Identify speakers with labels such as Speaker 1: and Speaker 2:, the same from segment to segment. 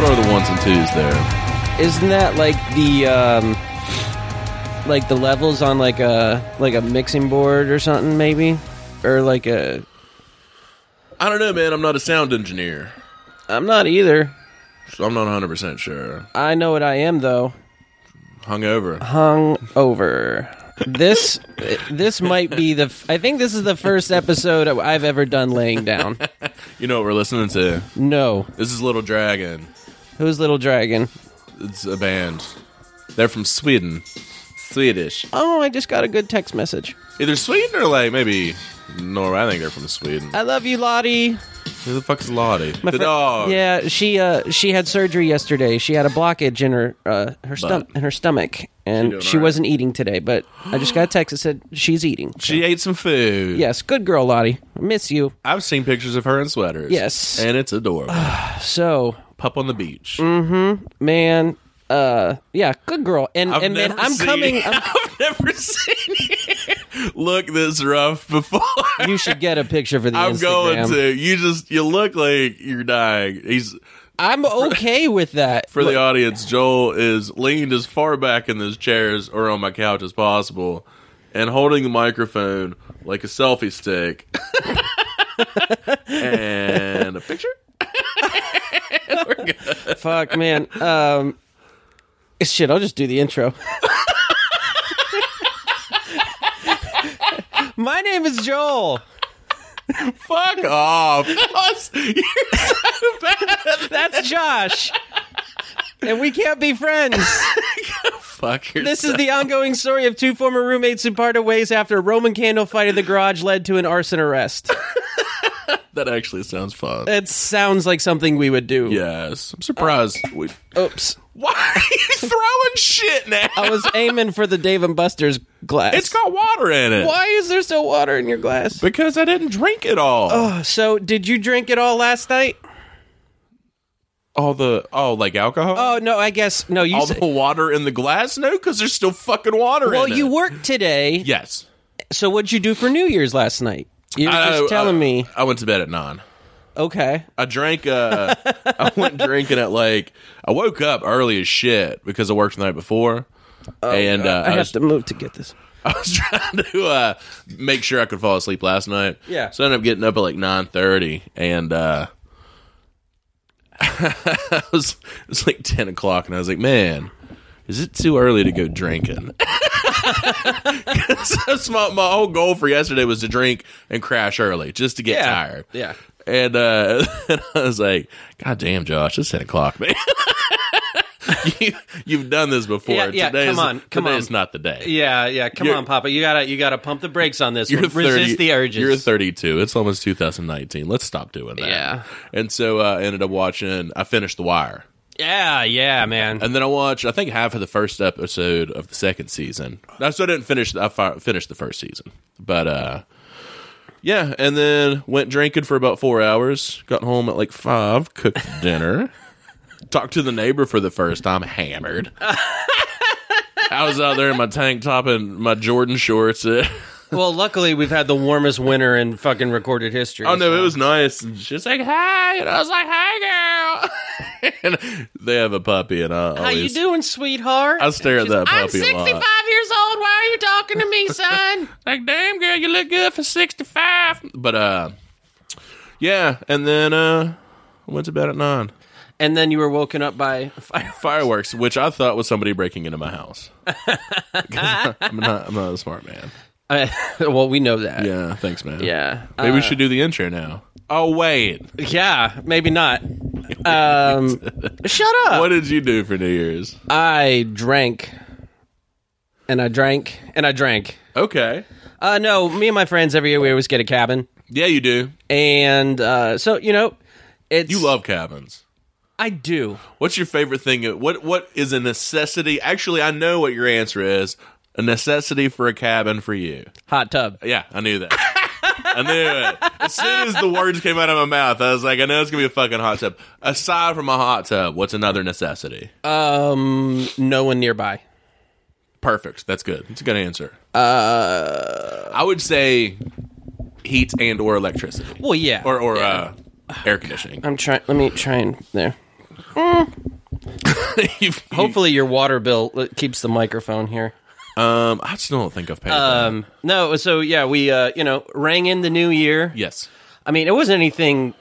Speaker 1: are the ones and twos there.
Speaker 2: Isn't that like the um, like the levels on like a like a mixing board or something maybe, or like a
Speaker 1: I don't know, man. I'm not a sound engineer,
Speaker 2: I'm not either.
Speaker 1: so I'm not 100 percent sure.
Speaker 2: I know what I am though.
Speaker 1: Hungover.
Speaker 2: Hung over. This this might be the I think this is the first episode I've ever done laying down.
Speaker 1: You know what we're listening to?
Speaker 2: No,
Speaker 1: This is Little Dragon.
Speaker 2: who's Little Dragon?
Speaker 1: It's a band. They're from Sweden. Swedish.
Speaker 2: Oh, I just got a good text message.
Speaker 1: Either Sweden or like maybe Norway. I think they're from Sweden.
Speaker 2: I love you, Lottie.
Speaker 1: Who the fuck is Lottie?
Speaker 2: Uh, My
Speaker 1: the
Speaker 2: fri-
Speaker 1: dog.
Speaker 2: Yeah, she uh she had surgery yesterday. She had a blockage in her uh her stom-
Speaker 1: Butt.
Speaker 2: in her stomach,
Speaker 1: She
Speaker 2: and
Speaker 1: doing
Speaker 2: she,
Speaker 1: all right?
Speaker 2: wasn't eating today. But I just got a text that said she's eating.
Speaker 1: She ate some food.
Speaker 2: Yes, good girl, Lottie. I miss you.
Speaker 1: I've seen pictures of her in sweaters.
Speaker 2: Yes.
Speaker 1: And it's adorable.
Speaker 2: So,
Speaker 1: Pup on the beach.
Speaker 2: man, uh, yeah, good girl. And
Speaker 1: I've
Speaker 2: and man,
Speaker 1: never
Speaker 2: I'm
Speaker 1: seen-
Speaker 2: coming. I'm,
Speaker 1: I've never seen you look this rough before.
Speaker 2: you should get a picture for the
Speaker 1: I'm
Speaker 2: Instagram.
Speaker 1: going to. You just you look like you're dying. He's
Speaker 2: I'm okay with that.
Speaker 1: for the audience. Joel is leaned as far back in his chairs or on my couch as possible, and holding the microphone like a selfie stick. and a picture.
Speaker 2: Fuck, man. Um, shit, I'll just do the intro. My name is Joel.
Speaker 1: Fuck off. You're so bad.
Speaker 2: That's Josh. And we can't be friends.
Speaker 1: Fuck
Speaker 2: This is the ongoing story of two former roommates who parted ways after a Roman candle fight in the garage led to an arson arrest.
Speaker 1: that actually sounds fun.
Speaker 2: That sounds like something we would do.
Speaker 1: Yes, I'm surprised. we,
Speaker 2: Oops.
Speaker 1: why are you throwing shit now?
Speaker 2: I was aiming for the Dave and Buster's glass.
Speaker 1: it's got water in it.
Speaker 2: Why is there still water in your glass?
Speaker 1: Because I didn't drink it all.
Speaker 2: Oh, So, did you drink it all last night?
Speaker 1: all the oh, like alcohol.
Speaker 2: Oh, no, I guess. No, you
Speaker 1: all
Speaker 2: said.
Speaker 1: the water in the glass. No, because there's still fucking water
Speaker 2: Well,
Speaker 1: in it.
Speaker 2: you worked today.
Speaker 1: yes.
Speaker 2: So, what'd you do for New Year's last night? You were
Speaker 1: I-
Speaker 2: just
Speaker 1: I- uh,
Speaker 2: telling
Speaker 1: I-
Speaker 2: me.
Speaker 1: I went to bed at nine.
Speaker 2: Okay.
Speaker 1: I drank. Uh, I went drinking at like. I woke up early as shit because I worked the night before,
Speaker 2: Oh,
Speaker 1: and uh,
Speaker 2: I
Speaker 1: I,
Speaker 2: have
Speaker 1: was,
Speaker 2: to move to get this.
Speaker 1: I was trying to uh, make sure I could fall asleep last night.
Speaker 2: Yeah.
Speaker 1: So I ended up getting up at like nine thirty, and uh, I was it was like ten o'clock, and I was like, man. Is it too early to go drinking? 'Cause that's my, my whole goal for yesterday was to drink and crash early just to get
Speaker 2: Yeah.
Speaker 1: tired.
Speaker 2: Yeah.
Speaker 1: And, uh, and I was like, God damn, Josh, it's 10 o'clock, man. you, you've done this before.
Speaker 2: Yeah, yeah,
Speaker 1: Today
Speaker 2: come
Speaker 1: is-
Speaker 2: on, come
Speaker 1: today
Speaker 2: on.
Speaker 1: is not the day.
Speaker 2: Yeah, yeah. Come
Speaker 1: You're-
Speaker 2: on, Papa. You gotta you gotta pump the brakes on this.
Speaker 1: You're
Speaker 2: one.
Speaker 1: 30
Speaker 2: Resist the urges.
Speaker 1: You're 32. It's almost 2019. Let's stop doing that.
Speaker 2: Yeah.
Speaker 1: And so uh, I ended up watching, I finished The Wire.
Speaker 2: yeah, yeah, man.
Speaker 1: And then I watched, I think, half of the first episode of the second season. I still didn't finish. I fi- finished the first season, but uh, yeah. And then went drinking for about four hours. Got home at like five. Cooked dinner. talked to the neighbor for the first time. Hammered. I was out there in my tank top and my Jordan shorts. oh
Speaker 2: well, luckily we've had the warmest winter in fucking recorded history.
Speaker 1: Oh, no, it was nice. And she's like, "Hi," and I was like, "Hi, girl." and they have a puppy, and I always
Speaker 2: How you doing, sweetheart?
Speaker 1: I stare at that puppy a lot.
Speaker 2: years old. Why are you talking to me, son?
Speaker 1: Like, damn, girl, you look good for 65. But, uh, yeah. And then, uh, I went to bed at nine.
Speaker 2: and then you were woken up by a fire.
Speaker 1: Fireworks, which I thought was somebody breaking into my house. 'Cause I'm not, I'm not a smart man.
Speaker 2: I- well, we know that.
Speaker 1: Yeah. Thanks, man.
Speaker 2: Yeah.
Speaker 1: Maybe
Speaker 2: Uh,
Speaker 1: we should do the intro now. Oh, wait.
Speaker 2: yeah, maybe not. Um, shut up.
Speaker 1: What did you do for New Year's?
Speaker 2: I drank, and I drank, and I drank.
Speaker 1: Okay.
Speaker 2: Uh, no, me and my friends every year we always get a cabin,
Speaker 1: Yeah, you do.
Speaker 2: and uh, so you know, it's
Speaker 1: You love cabins.
Speaker 2: I do.
Speaker 1: What's your favorite thing? What What is a necessity? Actually, I know what your answer is. A necessity for a cabin for you.
Speaker 2: Hot tub.
Speaker 1: Yeah, I knew that. I knew it. As soon as the words came out of my mouth, I was like, I know it's gonna be a fucking hot tub. Aside from a hot tub, what's another necessity?
Speaker 2: Um, no one nearby.
Speaker 1: Perfect. That's good. That's a good answer. Uh, I would say heat and or electricity
Speaker 2: Well, yeah.
Speaker 1: or or
Speaker 2: Yeah.
Speaker 1: uh, air conditioning.
Speaker 2: I'm trying. Let me try and there.
Speaker 1: You've-
Speaker 2: Hopefully, your water bill uh, keeps the microphone here.
Speaker 1: um, I still don't think I've paid. that.
Speaker 2: Um, no, so yeah, we uh, you know rang in the new year.
Speaker 1: Yes,
Speaker 2: I mean, it wasn't anything.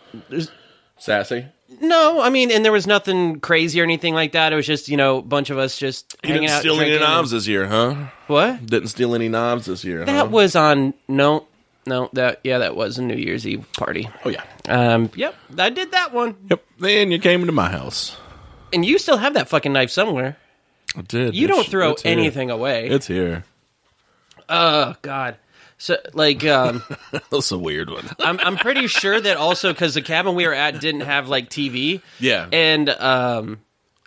Speaker 1: sassy.
Speaker 2: No, I mean, and there was nothing crazy or anything like that. It was just you know a bunch of us just
Speaker 1: You
Speaker 2: hanging
Speaker 1: didn't
Speaker 2: out.
Speaker 1: steal any
Speaker 2: drinking and-
Speaker 1: knobs this year, huh?
Speaker 2: What?
Speaker 1: Didn't steal any knobs this year. huh?
Speaker 2: That was on no, no. That yeah, that was a New Year's Eve party.
Speaker 1: oh yeah.
Speaker 2: Um, yep, I did that one.
Speaker 1: Yep. Then you came into my house.
Speaker 2: And you still have that fucking knife somewhere.
Speaker 1: I did.
Speaker 2: You don't
Speaker 1: It's-
Speaker 2: throw
Speaker 1: it's here.
Speaker 2: anything away.
Speaker 1: It's here.
Speaker 2: oh God. So like um,
Speaker 1: That's a weird one.
Speaker 2: I'm I'm pretty sure that also because the cabin we were at didn't have like TV.
Speaker 1: Yeah.
Speaker 2: And um,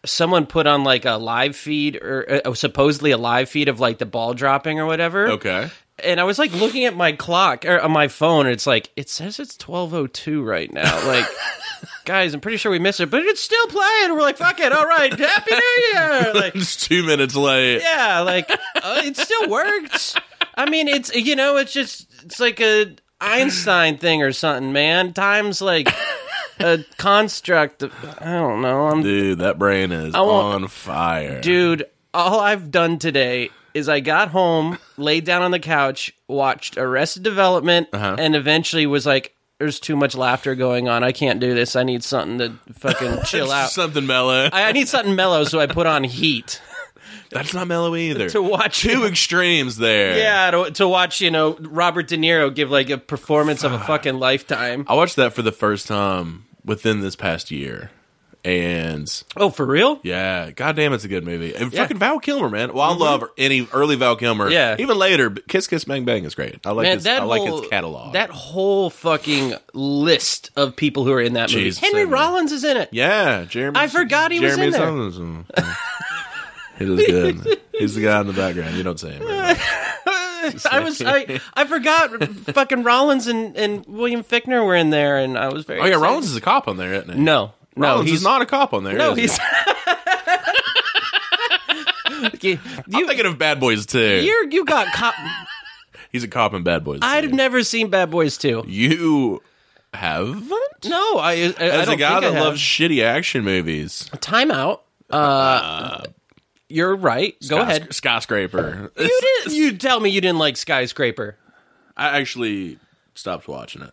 Speaker 2: someone put on like a live feed or uh, supposedly a live feed of like the ball dropping or whatever.
Speaker 1: okay.
Speaker 2: and I was like looking at my clock or on my phone, and it's like it says it's twelve oh two right now. Like, guys, I'm pretty sure we missed it, but it's still playing. We're like, fuck it, all right, happy new year. Like,
Speaker 1: It's two minutes late.
Speaker 2: yeah, like uh, it still worked. I mean, it's you know, it's just it's like a Einstein thing or something, man. Time's like a construct. Of, I don't know. I'm
Speaker 1: Dude, that brain is
Speaker 2: won't-
Speaker 1: on fire.
Speaker 2: dude. All I've done today is I got home, laid down on the couch, watched Arrested Development, and eventually was like, "There's too much laughter going on. I can't do this. I need something to fucking chill
Speaker 1: It's
Speaker 2: out.
Speaker 1: Something mellow.
Speaker 2: I, I need something mellow." So I put on Heat
Speaker 1: That's not mellow either.
Speaker 2: to watch
Speaker 1: Two extremes there.
Speaker 2: Yeah, to, to watch you know Robert De Niro give like a performance of a fucking lifetime.
Speaker 1: I watched that for the first time within this past year. And
Speaker 2: Oh, for real?
Speaker 1: yeah, goddamn, it's a good movie. And
Speaker 2: Yeah. Mm-hmm.
Speaker 1: fucking Val Kilmer, man. Well, I love any early Val Kilmer.
Speaker 2: Yeah.
Speaker 1: Even later, but Kiss Kiss Bang Bang is great. I like
Speaker 2: Man,
Speaker 1: his
Speaker 2: that
Speaker 1: I like
Speaker 2: whole,
Speaker 1: his catalog.
Speaker 2: That whole fucking list of people who are in that
Speaker 1: Jesus,
Speaker 2: movie. Henry
Speaker 1: that man.
Speaker 2: Rollins is in it.
Speaker 1: yeah, Jeremy.
Speaker 2: I forgot he was
Speaker 1: Jeremy
Speaker 2: in there.
Speaker 1: Sons- It is good. He's the guy in the background. You don't say him. Right
Speaker 2: I was I, I forgot fucking Rollins and, and William Fickner were in there, and I was very.
Speaker 1: oh yeah,
Speaker 2: excited.
Speaker 1: Rollins is a cop on there, isn't he?
Speaker 2: No, no,
Speaker 1: Rollins
Speaker 2: he's
Speaker 1: is not a cop on there.
Speaker 2: No,
Speaker 1: is he?
Speaker 2: he's. you,
Speaker 1: I'm thinking of Bad Boys too.
Speaker 2: you're, you got cop.
Speaker 1: He's a cop in Bad Boys.
Speaker 2: I've
Speaker 1: too.
Speaker 2: never seen Bad Boys 2. You,
Speaker 1: have
Speaker 2: no, I. I, I
Speaker 1: as
Speaker 2: don't
Speaker 1: a guy
Speaker 2: think I
Speaker 1: that
Speaker 2: have.
Speaker 1: loves shitty action movies.
Speaker 2: timeout. Uh, you're right. Go ahead.
Speaker 1: Skysc- skyscraper.
Speaker 2: You didn't. You tell me you didn't like Skyscraper.
Speaker 1: I actually stopped watching it.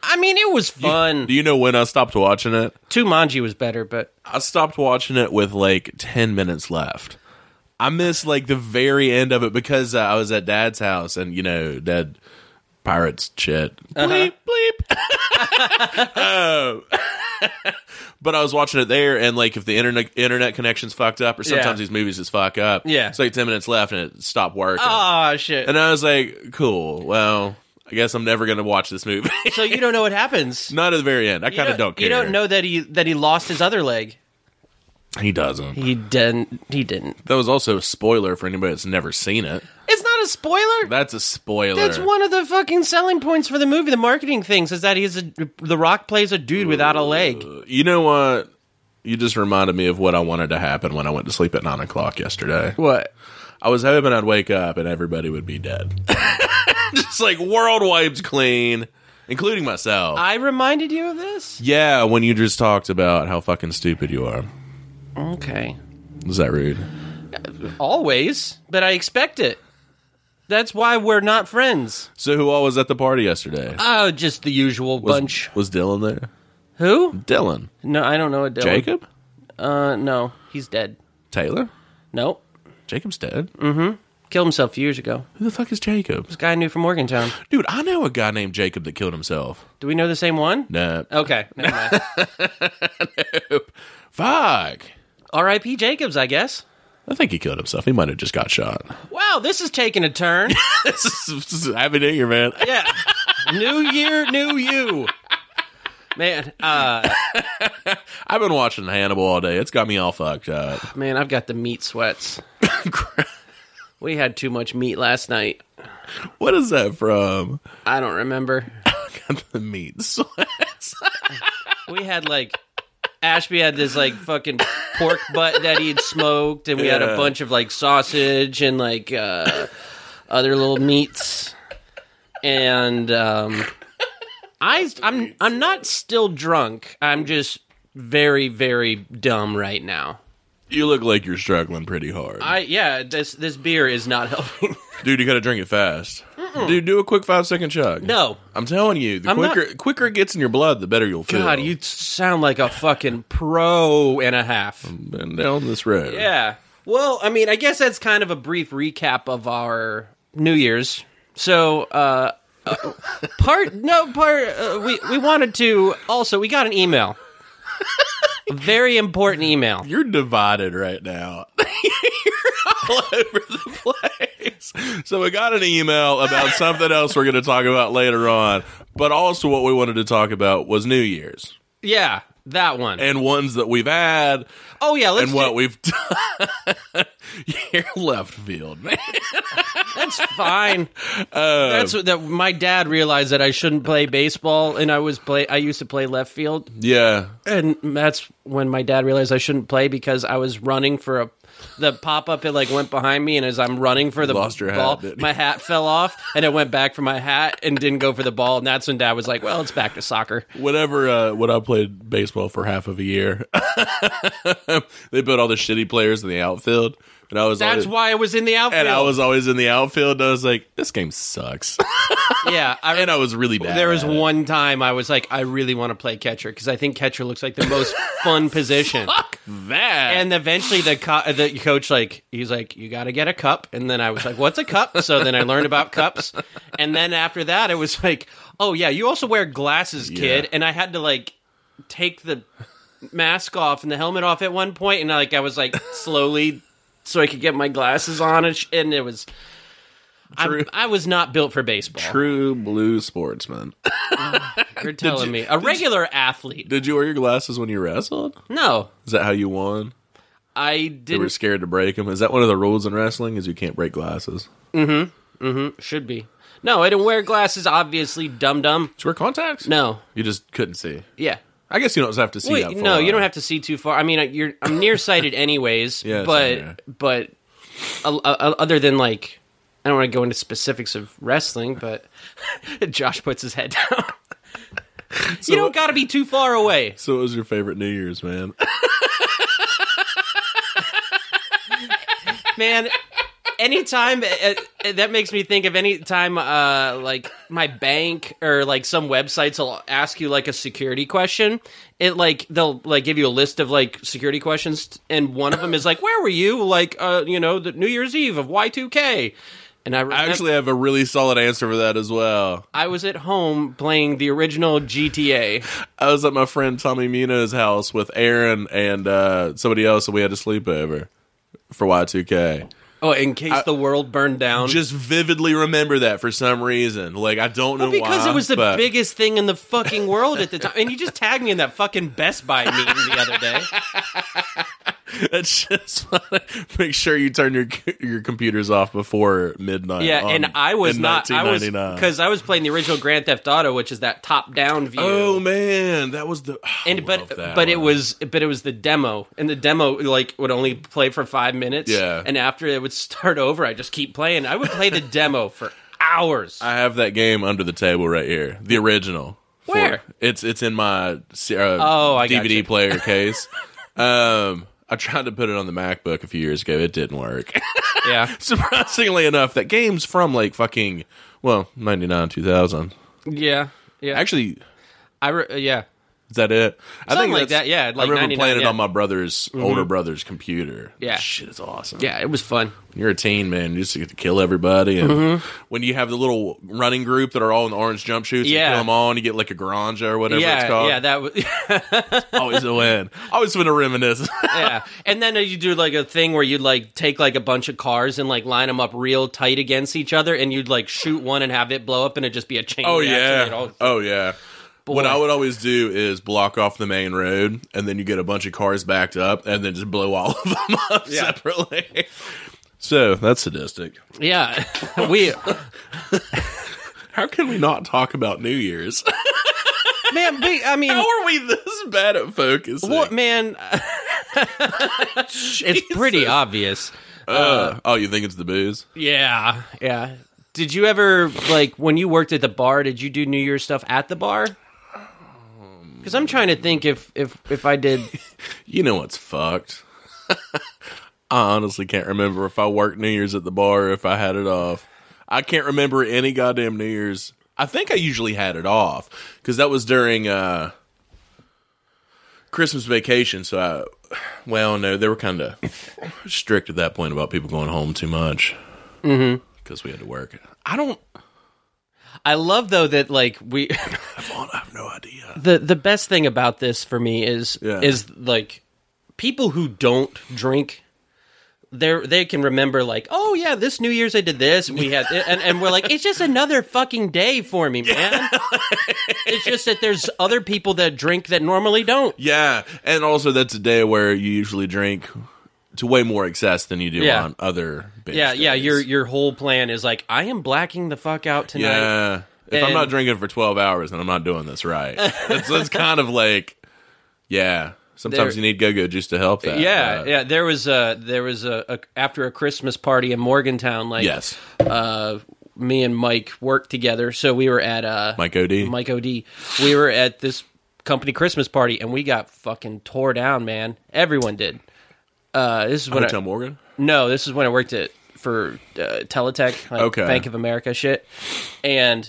Speaker 2: I mean, it was fun.
Speaker 1: Do you know when I stopped watching it?
Speaker 2: Tumanji was better, but
Speaker 1: I stopped watching it with like 10 minutes left. I missed like the very end of it because uh, I was at dad's house and you know, dad pirates shit.
Speaker 2: Uh-huh.
Speaker 1: Bleep bleep. Oh. but I was watching it there and like if the internet internet connection's fucked up or sometimes
Speaker 2: Yeah.
Speaker 1: these movies just fuck up.
Speaker 2: Yeah.
Speaker 1: It's like 10 minutes left and it stopped working.
Speaker 2: ah shit.
Speaker 1: And I was like, cool. Well, I guess I'm never going to watch this movie.
Speaker 2: so you don't know what happens.
Speaker 1: Not at the very end. I kind
Speaker 2: you
Speaker 1: of don't care.
Speaker 2: You don't know that he that he lost his other leg.
Speaker 1: He doesn't.
Speaker 2: He didn't. He didn't.
Speaker 1: That was also a spoiler for anybody that's never seen it.
Speaker 2: It's not a spoiler.
Speaker 1: That's a spoiler.
Speaker 2: That's one of the fucking selling points for the movie. The marketing things is that he's a, the Rock plays a dude without a leg.
Speaker 1: You know what? You just reminded me of what I wanted to happen when I went to sleep at nine o'clock yesterday.
Speaker 2: What?
Speaker 1: I was hoping I'd wake up and everybody would be dead. just like world wiped clean, including myself.
Speaker 2: I reminded you of this.
Speaker 1: yeah, when you just talked about how fucking stupid you are.
Speaker 2: Okay.
Speaker 1: Was that rude?
Speaker 2: Always, but I expect it. That's why we're not friends.
Speaker 1: So who all was at the party yesterday?
Speaker 2: Oh, just the usual
Speaker 1: Was-
Speaker 2: bunch.
Speaker 1: Was Dylan there?
Speaker 2: Who?
Speaker 1: Dylan.
Speaker 2: No, I don't know what Dylan.
Speaker 1: Jacob?
Speaker 2: Uh, no, he's dead.
Speaker 1: Taylor?
Speaker 2: Nope.
Speaker 1: Jacob's dead.
Speaker 2: Killed himself years ago.
Speaker 1: Who the fuck is Jacob?
Speaker 2: This guy I knew from Morgantown.
Speaker 1: Dude, I know a guy named Jacob that killed himself.
Speaker 2: Do we know the same one?
Speaker 1: Nah.
Speaker 2: Okay. Never mind.
Speaker 1: Fuck.
Speaker 2: R.I.P. Jacobs, I guess.
Speaker 1: I think he killed himself. He might have just got shot.
Speaker 2: Wow, this is taking a turn.
Speaker 1: Happy New Year, man.
Speaker 2: Yeah. new year, new you. Man, uh,
Speaker 1: I've been watching Hannibal all day. It's got me all fucked up.
Speaker 2: man, I've got the meat sweats. we had too much meat last night.
Speaker 1: What is that from?
Speaker 2: I don't remember.
Speaker 1: Got the meat sweats.
Speaker 2: We had like Ashby had this like fucking pork butt that he'd smoked, and we had a
Speaker 1: Yeah.
Speaker 2: bunch of like sausage and like uh, other little meats. And um, I I'm I'm not still drunk. I'm just very very dumb right now.
Speaker 1: You look like you're struggling pretty hard.
Speaker 2: I yeah, this this beer is not helping.
Speaker 1: Dude, you got to drink it fast. Dude, do a quick five second chug.
Speaker 2: no.
Speaker 1: I'm telling you, the
Speaker 2: I'm not-
Speaker 1: quicker quicker it gets in your blood, the better you'll feel.
Speaker 2: God, you sound like a fucking pro and a half.
Speaker 1: been down this road.
Speaker 2: Yeah. Well, I mean, I guess that's kind of a brief recap of our New Year's. So, uh, uh, part no part uh, we we wanted to also we got an email. A very important email.
Speaker 1: You're divided right now. You're all over the place. So we got an email about something else we're going to talk about later on, but also what we wanted to talk about was New Year's
Speaker 2: Yeah, that one.
Speaker 1: and ones that we've had
Speaker 2: oh yeah, let's
Speaker 1: and
Speaker 2: do-
Speaker 1: what we've done. You're left field, man.
Speaker 2: that's fine.
Speaker 1: Uh,
Speaker 2: that's what- that my dad realized that I shouldn't play baseball and I was play I used to play left field
Speaker 1: Yeah.
Speaker 2: and that's when my dad realized I shouldn't play because I was running for a the pop up. It like went behind me, and as I'm running for the
Speaker 1: Lost your hat,
Speaker 2: ball,
Speaker 1: didn't you?
Speaker 2: my hat fell off, and it went back for my hat and didn't go for the ball. And that's when Dad was like, "Well, it's back to soccer."
Speaker 1: Whenever uh, when I played baseball for half of a year, they put all the shitty players in the outfield, and I was
Speaker 2: That's
Speaker 1: always,
Speaker 2: why I was in the outfield.
Speaker 1: and I was always in the outfield. And I was like, this game sucks,
Speaker 2: yeah. I,
Speaker 1: and I was really bad.
Speaker 2: there was
Speaker 1: at it.
Speaker 2: one time I was like, I really want to play catcher because I think catcher looks like the most fun position.
Speaker 1: fuck that,
Speaker 2: And eventually the co- the coach like he's like you got to get a cup and then I was like what's a cup so then I learned about cups and then after that it was like oh yeah you also wear glasses kid
Speaker 1: Yeah.
Speaker 2: and I had to like take the mask off and the helmet off at one point and like I was like slowly so I could get my glasses on and, sh- and it was I,
Speaker 1: True.
Speaker 2: I was not built for baseball
Speaker 1: true blue sportsman.
Speaker 2: you're telling me a regular athlete
Speaker 1: Did you wear your glasses when you wrestled?
Speaker 2: no
Speaker 1: Is that how you won?
Speaker 2: I
Speaker 1: You were
Speaker 2: didn't
Speaker 1: scared to break them. Is that one of the rules in wrestling? Is you can't break glasses?
Speaker 2: should be no I didn't wear glasses obviously dum dum
Speaker 1: Did you wear contacts?
Speaker 2: no
Speaker 1: you just couldn't see.
Speaker 2: yeah
Speaker 1: I guess you don't have to see
Speaker 2: Well,
Speaker 1: that.
Speaker 2: no,
Speaker 1: far.
Speaker 2: you don't have to see too far. I mean, you're I'm nearsighted anyways,
Speaker 1: Yeah, same here.
Speaker 2: but but uh, uh, other than like I don't want to go into specifics of wrestling, but Josh puts his head down. you don't got to be too far away.
Speaker 1: So, what was your favorite New Year's, man?
Speaker 2: Man, anytime uh, uh, that makes me think of any time uh, like my bank or like some websites will ask you like a security question. It like they'll like give you a list of like security questions, and one of them is like, "Where were you?" Like, uh, you know, the New Year's Eve of Y two K. And I,
Speaker 1: I
Speaker 2: actually
Speaker 1: actually have a really solid answer for that as well.
Speaker 2: I was at home playing the original GTA.
Speaker 1: I was at my friend Tommy Mina's house with Aaron and uh, somebody else, and we had a sleepover for Y2K.
Speaker 2: Oh, in case the world burned down.
Speaker 1: Just vividly remember that for some reason. Like I don't know why.
Speaker 2: because it was the
Speaker 1: but
Speaker 2: biggest thing in the fucking world at the time, and you just tagged me in that fucking Best Buy meeting the other day.
Speaker 1: It's just make sure you turn your your computers off before midnight.
Speaker 2: Yeah,
Speaker 1: on-
Speaker 2: and I was
Speaker 1: in
Speaker 2: not. I was
Speaker 1: 1999.
Speaker 2: because I was playing the original Grand Theft Auto, which is that top-down view.
Speaker 1: oh man, that was the I
Speaker 2: and but
Speaker 1: love that
Speaker 2: but it
Speaker 1: one.
Speaker 2: was but it was the demo, and the demo like would only play for five minutes.
Speaker 1: Yeah.
Speaker 2: and after it would start over, I just keep playing. I would play the demo for hours.
Speaker 1: I have that game under the table right here, the original. For-
Speaker 2: Where?
Speaker 1: it's it's in my C- uh,
Speaker 2: Oh, I
Speaker 1: DVD
Speaker 2: gotcha.
Speaker 1: player case. um, I tried to put it on the MacBook a few years ago. It didn't work.
Speaker 2: yeah,
Speaker 1: Surprisingly enough, that game's from like fucking well ninety nine two thousand.
Speaker 2: yeah, yeah.
Speaker 1: Actually,
Speaker 2: I re- yeah.
Speaker 1: is that it? I
Speaker 2: Something like
Speaker 1: that's-
Speaker 2: that, yeah, like
Speaker 1: I remember
Speaker 2: 99,
Speaker 1: playing it
Speaker 2: yeah. Mm-hmm.
Speaker 1: on my brother's older brother's computer.
Speaker 2: Yeah.
Speaker 1: shit is awesome.
Speaker 2: Yeah, it was fun.
Speaker 1: When you're a teen man. You just get to kill everybody, and
Speaker 2: Mm-hmm.
Speaker 1: when you have the little running group that are all in orange jumpsuits, you
Speaker 2: Yeah.
Speaker 1: kill them all, and you get like a garage or whatever it's
Speaker 2: yeah,
Speaker 1: called.
Speaker 2: yeah, that was
Speaker 1: always a win. Always fun to reminisce.
Speaker 2: yeah. And then uh, you do like a thing where you'd like take like a bunch of cars and like line them up real tight against each other, and you'd like shoot one and have it blow up, and it'd just be a chain.
Speaker 1: oh
Speaker 2: reaction.
Speaker 1: yeah.
Speaker 2: It'd all-
Speaker 1: oh yeah. What I would always do is block off the main road, and then you get a bunch of cars backed up, and then just blow all of them up
Speaker 2: Yeah.
Speaker 1: separately. So that's sadistic.
Speaker 2: yeah. we
Speaker 1: How can we not talk about New Year's?
Speaker 2: man, we, I mean,
Speaker 1: How are we this bad at focusing?
Speaker 2: what man? it's pretty obvious.
Speaker 1: Uh, oh, you think it's the booze?
Speaker 2: Yeah, yeah. Did you ever like when you worked at the bar? Did you do New Year's stuff at the bar? Because I'm trying to think if if if I did.
Speaker 1: You know what's fucked? I honestly can't remember if I worked New Year's at the bar or if I had it off. I can't remember any goddamn New Year's. I think I usually had it off because that was during uh, Christmas vacation. So I, well, no, they were kind of strict at that point about people going home too much because we had to work. I don't.
Speaker 2: I love though that like we
Speaker 1: I have no idea.
Speaker 2: the the best thing about this for me is
Speaker 1: Yeah.
Speaker 2: is like people who don't drink they they can remember like oh yeah this new year's i did this we had and, and we're like it's just another fucking day for me man it's just that there's other people that drink that normally don't
Speaker 1: Yeah, and also that's a day where you usually drink to way more excess than you do
Speaker 2: Yeah.
Speaker 1: on other. Binge
Speaker 2: yeah yeah
Speaker 1: days.
Speaker 2: your your whole plan is like i am blacking the fuck out tonight
Speaker 1: Yeah. If I'm
Speaker 2: And-
Speaker 1: not drinking for 12 hours, then I'm not doing this right. That's, that's kind of like, yeah. Sometimes
Speaker 2: There-
Speaker 1: you need go go juice to help that.
Speaker 2: yeah,
Speaker 1: but-
Speaker 2: yeah. There was a there was a, a after a Christmas party in Morgantown. Like,
Speaker 1: Yes.
Speaker 2: uh, me and Mike worked together, so we were at uh,
Speaker 1: Mike OD.
Speaker 2: Mike Od. We were at this company Christmas party, and we got fucking tore down, man. Everyone did. Uh, this is when
Speaker 1: Hotel
Speaker 2: I,
Speaker 1: Morgan?
Speaker 2: no, this is when I worked at for uh, Teletech, like
Speaker 1: Okay.
Speaker 2: Bank of America shit, and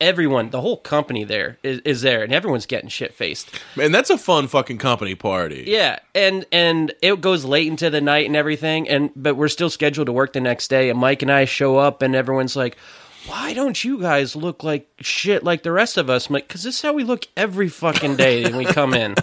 Speaker 2: everyone, the whole company there is, is there, and everyone's getting shit faced.
Speaker 1: Man, that's a fun fucking company party.
Speaker 2: Yeah, and and it goes late into the night and everything, and but we're still scheduled to work the next day. And Mike and I show up, and everyone's like, "Why don't you guys look like shit like the rest of us?" I'm like, "Cause this is how we look every fucking day when we come in.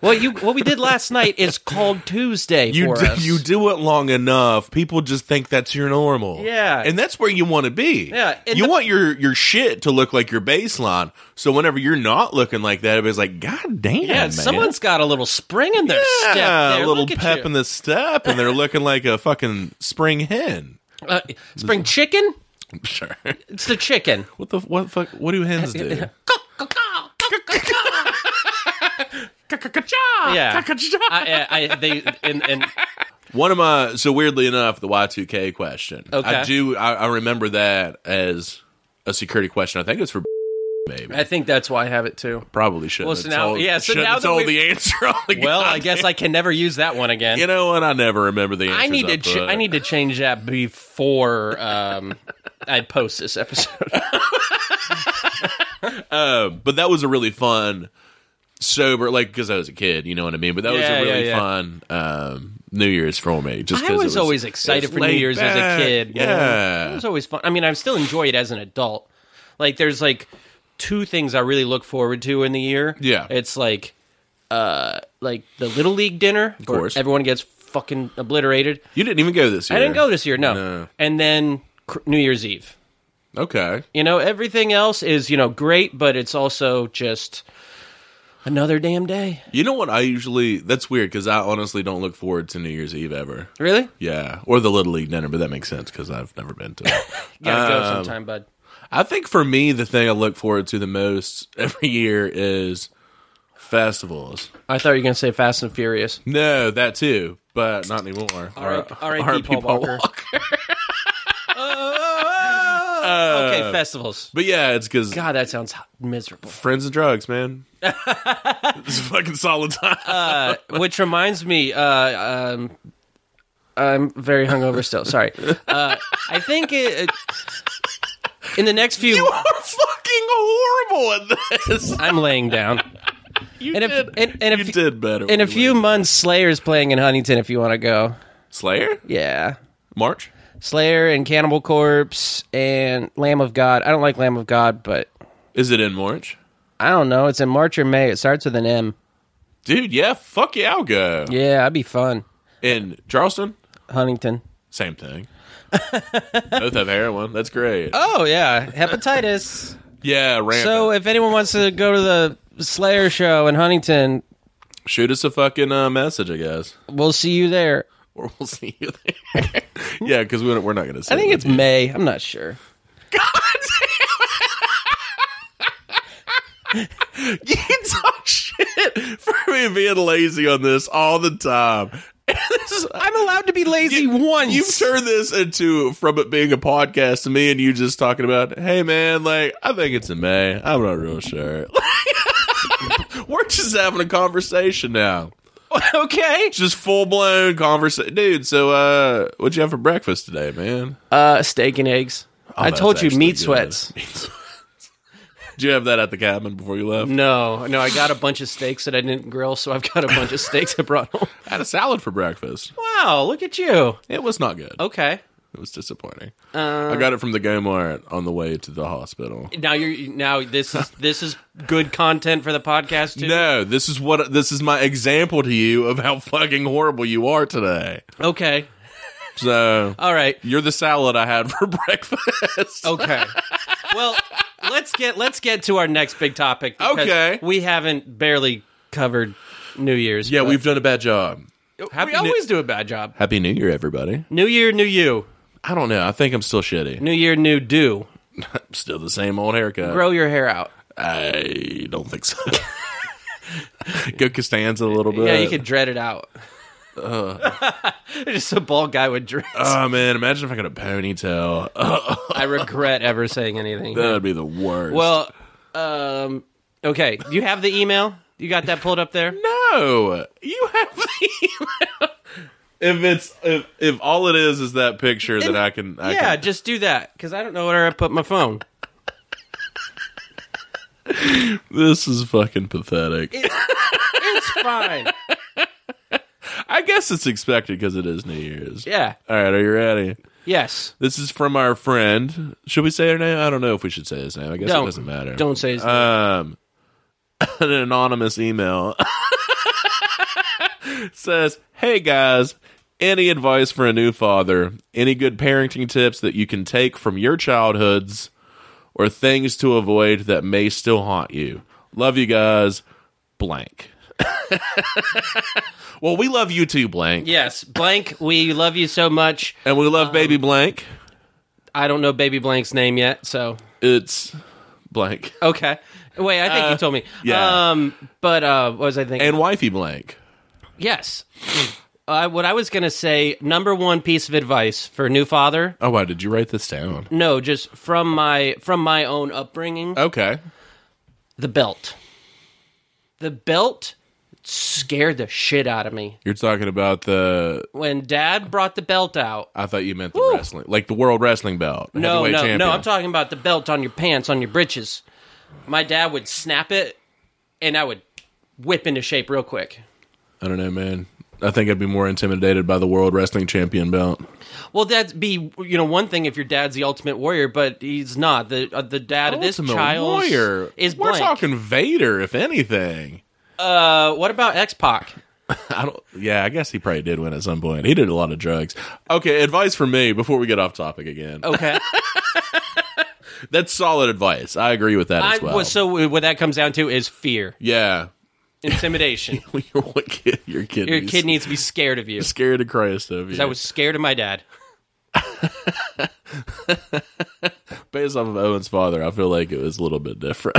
Speaker 2: what you what we did last night is called Tuesday
Speaker 1: You
Speaker 2: for
Speaker 1: do,
Speaker 2: us.
Speaker 1: you do it long enough, people just think that's your normal.
Speaker 2: Yeah.
Speaker 1: and that's where you want to be.
Speaker 2: Yeah, and
Speaker 1: you
Speaker 2: the-
Speaker 1: want your your shit to look like your baseline. So whenever you're not looking like that, everybody's like, "God damn,
Speaker 2: yeah,
Speaker 1: man.
Speaker 2: someone's got a little spring in their step.
Speaker 1: Yeah,
Speaker 2: there.
Speaker 1: a little
Speaker 2: Look at
Speaker 1: pep
Speaker 2: you.
Speaker 1: in the step, and they're looking like a fucking spring hen."
Speaker 2: uh, spring chicken.
Speaker 1: Sure.
Speaker 2: It's the chicken.
Speaker 1: What the what fuck? What do hens do?
Speaker 2: Yeah, I, I, I they and, and
Speaker 1: One of my so weirdly enough, the Y two K question.
Speaker 2: Okay.
Speaker 1: I do. I, I remember that as a security question. I think it's for maybe.
Speaker 2: I think that's why I have it too.
Speaker 1: Probably should.
Speaker 2: Well, so now- yeah, so now that
Speaker 1: told
Speaker 2: we've-
Speaker 1: the answer. On the
Speaker 2: Well, I
Speaker 1: goddamn-
Speaker 2: guess I can never use that one again.
Speaker 1: you know what? I never remember the answer.
Speaker 2: I need to ch- I need to change that before um, I post this episode.
Speaker 1: but that was a really fun sober like because I was a kid. You know what I mean? But that
Speaker 2: Yeah,
Speaker 1: was a really
Speaker 2: yeah, yeah.
Speaker 1: fun um, New Year's for me. Just
Speaker 2: I
Speaker 1: 'cause it
Speaker 2: was always
Speaker 1: it
Speaker 2: excited
Speaker 1: was
Speaker 2: for New
Speaker 1: laid
Speaker 2: Year's as
Speaker 1: back.
Speaker 2: a kid. you know?
Speaker 1: Yeah.
Speaker 2: it was always fun. I mean, I still enjoy it as an adult. Like, there's like two things I really look forward to in the year.
Speaker 1: Yeah.
Speaker 2: it's like uh, like the little league dinner. Of
Speaker 1: course.
Speaker 2: everyone gets fucking obliterated.
Speaker 1: You didn't even go this year.
Speaker 2: I didn't go this year. No,
Speaker 1: No.
Speaker 2: and then cr- New Year's Eve.
Speaker 1: Okay.
Speaker 2: You know, everything else is, you know, great, but it's also just another damn day.
Speaker 1: You know what? I usually that's weird because I honestly don't look forward to New Year's Eve ever.
Speaker 2: Really?
Speaker 1: Yeah, or the Little League dinner, but that makes sense because I've never been to. it.
Speaker 2: gotta
Speaker 1: Um,
Speaker 2: go sometime, bud.
Speaker 1: I think for me, the thing I look forward to the most every year is festivals.
Speaker 2: I thought you were gonna say Fast and Furious.
Speaker 1: No, that too, but not anymore.
Speaker 2: R.I.P.
Speaker 1: R-
Speaker 2: Paul Walker.
Speaker 1: Uh,
Speaker 2: okay, festivals.
Speaker 1: But yeah, it's because
Speaker 2: God, that sounds h- miserable.
Speaker 1: friends and drugs, man. it's a fucking solid time.
Speaker 2: Uh, Which reminds me, uh, um, I'm very hungover still. Sorry. Uh, I think it, it- in the next few,
Speaker 1: you are fucking horrible at this.
Speaker 2: I'm laying down.
Speaker 1: You
Speaker 2: And if-
Speaker 1: did.
Speaker 2: and- and if
Speaker 1: you
Speaker 2: you-
Speaker 1: did better.
Speaker 2: In a
Speaker 1: Willie.
Speaker 2: few months, Slayer's playing in Huntington. If you want to go,
Speaker 1: Slayer
Speaker 2: yeah.
Speaker 1: March.
Speaker 2: Slayer and Cannibal Corpse and Lamb of God. I don't like Lamb of God, but
Speaker 1: Is it in March?
Speaker 2: I don't know. It's in March or May. It starts with an M.
Speaker 1: Dude, yeah, fuck yeah, I'll go.
Speaker 2: Yeah, that'd be fun.
Speaker 1: In Charleston,
Speaker 2: Huntington.
Speaker 1: same thing. Both have heroin. That's great.
Speaker 2: Oh yeah, hepatitis.
Speaker 1: yeah, rampant.
Speaker 2: so if anyone wants to go to the Slayer show in Huntington,
Speaker 1: Shoot us a fucking uh, message, I guess,
Speaker 2: we'll see you there.
Speaker 1: or we'll see you there. yeah, because we're, we're not going to.
Speaker 2: I think it's May. I'm not sure.
Speaker 1: you talk shit for me being lazy on this all the time. This is-
Speaker 2: I'm allowed to be lazy once.
Speaker 1: You've turned this into from it being a podcast to me and you just talking about, hey man, like I think it's in May. I'm not real sure. We're We're just having a conversation now.
Speaker 2: okay.
Speaker 1: Just full blown conversation, dude. So, uh, what'd you have for breakfast today, man?
Speaker 2: Uh, steak and eggs. I
Speaker 1: that's
Speaker 2: told you,
Speaker 1: actually
Speaker 2: meat
Speaker 1: good.
Speaker 2: sweats.
Speaker 1: Did you have that at the cabin before you left?
Speaker 2: No, no, I got a bunch of steaks that I didn't grill, so I've got a bunch of steaks I brought home.
Speaker 1: I had a salad for breakfast.
Speaker 2: Wow, look at you.
Speaker 1: It was not good.
Speaker 2: Okay.
Speaker 1: It was disappointing. I got it from the Go Mart on the way to the hospital.
Speaker 2: Now you're now this is this is good content for the podcast too.
Speaker 1: No, this is what this is my example to you of how fucking horrible you are today.
Speaker 2: Okay.
Speaker 1: So
Speaker 2: All right.
Speaker 1: you're the salad I had for breakfast.
Speaker 2: Okay. well, let's get let's get to our next big topic. because
Speaker 1: Okay.
Speaker 2: We haven't barely covered New Year's.
Speaker 1: Yeah,
Speaker 2: but-
Speaker 1: we've done a bad job.
Speaker 2: we always do a bad job.
Speaker 1: Happy New Year, everybody.
Speaker 2: New Year, new you.
Speaker 1: I don't know. I think I'm still shitty.
Speaker 2: New Year, new do.
Speaker 1: Still the same old haircut.
Speaker 2: Grow your hair out.
Speaker 1: I don't think so. Go Costanza a little bit.
Speaker 2: yeah, you could dread it out. Uh. Just a bald guy with dreads.
Speaker 1: Oh man, imagine if I got a ponytail.
Speaker 2: I regret ever saying anything.
Speaker 1: that would be the worst.
Speaker 2: well, um, okay. You have the email. You got that pulled up there.
Speaker 1: No, you have the email. If it's if, if all it is is that picture that I can, I
Speaker 2: Yeah,
Speaker 1: can,
Speaker 2: just do that because I don't know where I put my phone.
Speaker 1: this is fucking pathetic.
Speaker 2: It's fine.
Speaker 1: I guess it's expected because it is New Year's.
Speaker 2: Yeah.
Speaker 1: All right, are you ready?
Speaker 2: Yes.
Speaker 1: This is from our friend. Should we say her name? I don't know if we should say his name. I guess
Speaker 2: Don't.
Speaker 1: it doesn't matter.
Speaker 2: Don't say his name.
Speaker 1: Um, an anonymous email says, "Hey guys, any advice for a new father? Any good parenting tips that you can take from your childhoods, or things to avoid that may still haunt you? Love you guys, blank." well, we love you too, blank,
Speaker 2: yes. Blank. We love you so much.
Speaker 1: and we love baby blank.
Speaker 2: I don't know baby blank's name yet. So
Speaker 1: It's blank
Speaker 2: okay. Wait, I think you told me.
Speaker 1: Uh, yeah.
Speaker 2: Um, but uh, what was I thinking?
Speaker 1: and wifey blank.
Speaker 2: yes. Uh, what I was gonna say, number one piece of advice for a new father.
Speaker 1: Oh, why did you write this down?
Speaker 2: No, just from my from my own upbringing.
Speaker 1: Okay.
Speaker 2: the belt. The belt scared the shit out of me
Speaker 1: You're talking about the
Speaker 2: when Dad brought the belt out.
Speaker 1: I thought you meant the wrestling, like the world wrestling belt.
Speaker 2: No,
Speaker 1: heavyweight
Speaker 2: no,
Speaker 1: champion.
Speaker 2: no. I'm talking about the belt on your pants, on your britches. My dad would snap it, and I would whip into shape real quick.
Speaker 1: I don't know, man. I think I'd be more intimidated by the world wrestling champion belt.
Speaker 2: Well, that'd be you know one thing if your dad's the ultimate warrior, but he's not. the uh, The dad of this
Speaker 1: Ultimate
Speaker 2: child
Speaker 1: warrior.
Speaker 2: is
Speaker 1: We're
Speaker 2: blank.
Speaker 1: talking Vader, if anything.
Speaker 2: uh, what about X Pac?
Speaker 1: I don't. Yeah, I guess he probably did win at some point. He did a lot of drugs. Okay, advice for me before we get off topic again.
Speaker 2: Okay,
Speaker 1: That's solid advice. I agree with that
Speaker 2: I,
Speaker 1: as well.
Speaker 2: well, so uh, what that comes down to is fear,
Speaker 1: yeah,
Speaker 2: intimidation.
Speaker 1: your what kid? Your kid.
Speaker 2: your kid needs to be scared of you.
Speaker 1: scared of Christ of you.
Speaker 2: I was scared of my dad.
Speaker 1: based off of Owen's father, I feel like it was a little bit different.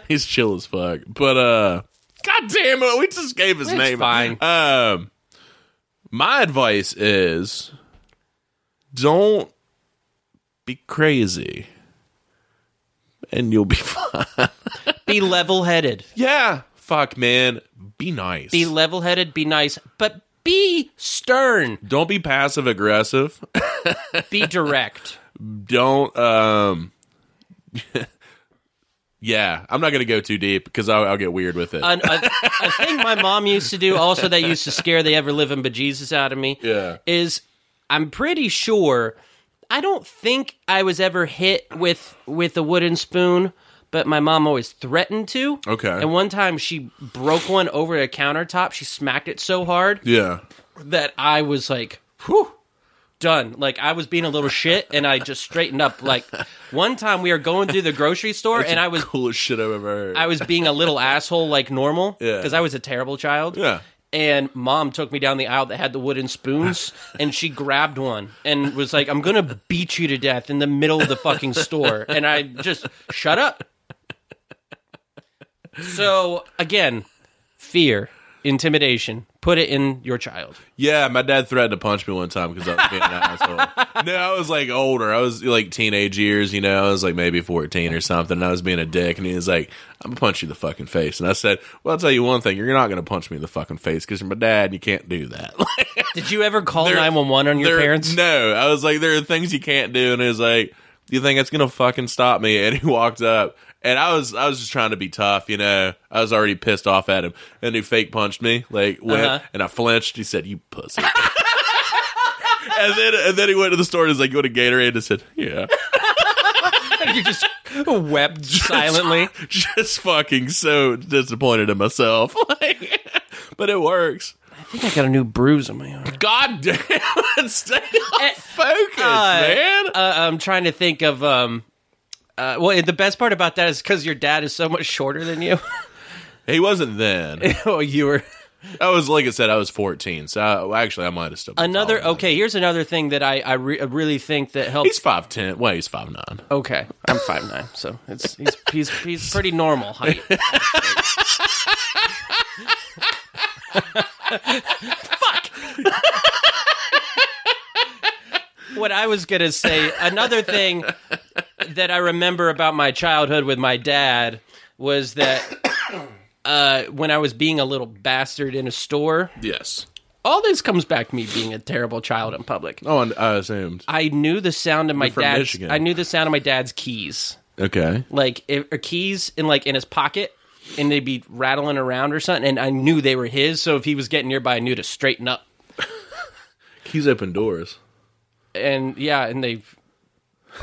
Speaker 1: He's chill as fuck. But uh God damn it, we just gave his
Speaker 2: It's
Speaker 1: name.
Speaker 2: fine.
Speaker 1: Um my advice is don't be crazy. And you'll be fine.
Speaker 2: Be level headed.
Speaker 1: Yeah. Fuck man. Be nice.
Speaker 2: Be level headed. Be nice, but be stern.
Speaker 1: don't be passive aggressive.
Speaker 2: Be direct.
Speaker 1: don't um Yeah, I'm not gonna go too deep because I'll, I'll get weird with it.
Speaker 2: An, a, a thing my mom used to do, also that used to scare the ever living bejesus out of me.
Speaker 1: Yeah.
Speaker 2: is I'm pretty sure. I don't think I was ever hit with with a wooden spoon, but my mom always threatened to.
Speaker 1: Okay.
Speaker 2: And one time she broke one over a countertop. She smacked it so hard
Speaker 1: yeah.
Speaker 2: that I was like, whew, done. Like I was being a little shit and I just straightened up. Like one time we were going through the grocery store and I was
Speaker 1: coolest shit I've ever heard.
Speaker 2: I was being a little asshole like normal.
Speaker 1: Yeah.
Speaker 2: Because I was a terrible child.
Speaker 1: Yeah.
Speaker 2: And mom took me down the aisle that had the wooden spoons and she grabbed one and was like, I'm gonna beat you to death in the middle of the fucking store. And I just shut up. So again, fear. intimidation. Put it in your child.
Speaker 1: Yeah, my dad threatened to punch me one time because I was being an asshole. No, I was like older. I was like teenage years, you know. I was like maybe fourteen or something. And I was being a dick, and he was like, "I'm gonna punch you in the fucking face." And I said, "Well, I'll tell you one thing. You're not gonna punch me in the fucking face because you're my dad. and You can't do that."
Speaker 2: Did you ever call nine one one on your
Speaker 1: There-
Speaker 2: parents?
Speaker 1: No, I was like, there are things you can't do, and he was like, "Do you think it's gonna fucking stop me?" And he walked up, and I was, I was just trying to be tough, you know. I was already pissed off at him, and he fake punched me, like went,
Speaker 2: Uh-huh.
Speaker 1: and I flinched. He said, "You pussy." And then, and then he went to the store and was like, "Go to Gatorade." And said, "Yeah,
Speaker 2: you just wept silently.
Speaker 1: just fucking so disappointed in myself." Like, but it works.
Speaker 2: I think I got a new bruise on my arm.
Speaker 1: God damn, stay on
Speaker 2: Eh,
Speaker 1: focus,
Speaker 2: uh,
Speaker 1: man.
Speaker 2: Uh, I'm trying to think of um. Uh, well, the best part about that is because your dad is so much shorter than you.
Speaker 1: he wasn't then.
Speaker 2: oh, you were
Speaker 1: I was like I said, I was 14. So I, actually, I might have still been
Speaker 2: another.
Speaker 1: taller than
Speaker 2: Okay, here's another thing that I I, re- I really think that
Speaker 1: him.
Speaker 2: helps.
Speaker 1: He's five ten. Well, he's five nine.
Speaker 2: okay, I'm five nine, so it's he's he's he's pretty normal height. what I was going to say, another thing that I remember about my childhood with my dad was that uh, when I was being a little bastard in a store,
Speaker 1: Yes.
Speaker 2: all this comes back to me being a terrible child in public.
Speaker 1: Oh, and I assumed.
Speaker 2: I knew the sound of my
Speaker 1: from
Speaker 2: dad's.
Speaker 1: Michigan.
Speaker 2: I knew the sound of my dad's keys,
Speaker 1: Okay.
Speaker 2: like if, or keys in like in his pocket, and they'd be rattling around or something. And I knew they were his. So if he was getting nearby, I knew to straighten up.
Speaker 1: He's open doors.
Speaker 2: and yeah, and they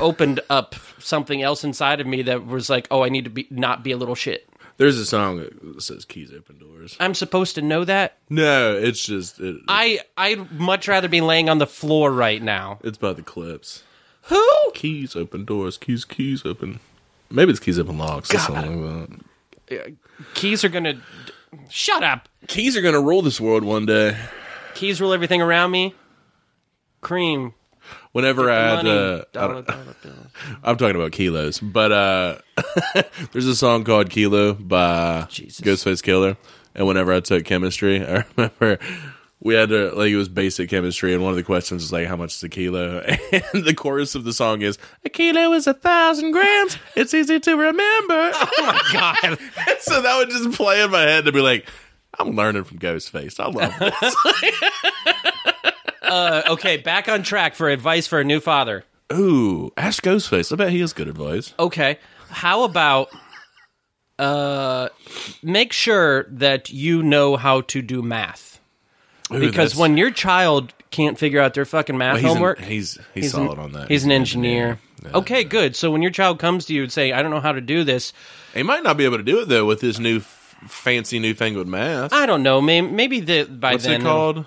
Speaker 2: opened up something else inside of me that was like, oh, I need to be not be a little shit.
Speaker 1: There's a song that says keys open doors.
Speaker 2: I'm supposed to know that.
Speaker 1: No, it's just it,
Speaker 2: I I'd much rather be laying on the floor right now.
Speaker 1: it's by the clips.
Speaker 2: Who?
Speaker 1: Keys open doors. Keys keys open. Maybe it's keys open locks. or something like that.
Speaker 2: Keys are gonna shut up.
Speaker 1: Keys are gonna rule this world one day.
Speaker 2: Keys rule everything around me. Cream.
Speaker 1: Whenever I had
Speaker 2: Money.
Speaker 1: uh,
Speaker 2: dollar, dollar bill.
Speaker 1: I'm talking about kilos, but uh, there's a song called "Kilo" by
Speaker 2: Jesus.
Speaker 1: Ghostface Killer. And whenever I took chemistry, I remember we had to like it was basic chemistry, and one of the questions was like, "How much is a kilo?" And the chorus of the song is, "A kilo is a thousand grams. It's easy to remember."
Speaker 2: Oh God.
Speaker 1: And so that would just play in my head to be like, "I'm learning from Ghostface. I love this."
Speaker 2: Uh, okay, back on track for advice for a new father.
Speaker 1: Ooh, ask Ghostface. I bet he has good advice.
Speaker 2: Okay. How about uh make sure that you know how to do math.
Speaker 1: Ooh,
Speaker 2: Because
Speaker 1: that's-
Speaker 2: when your child can't figure out their fucking math
Speaker 1: he's an-
Speaker 2: homework,
Speaker 1: he's, he's
Speaker 2: he's an-
Speaker 1: solid on that.
Speaker 2: He's an engineer. Okay, good. So when your child comes to you and say, "I don't know how to do this,"
Speaker 1: He might not be able to do it though with his new f- fancy newfangled math.
Speaker 2: I don't know. Maybe, maybe the by
Speaker 1: What's
Speaker 2: then
Speaker 1: it called?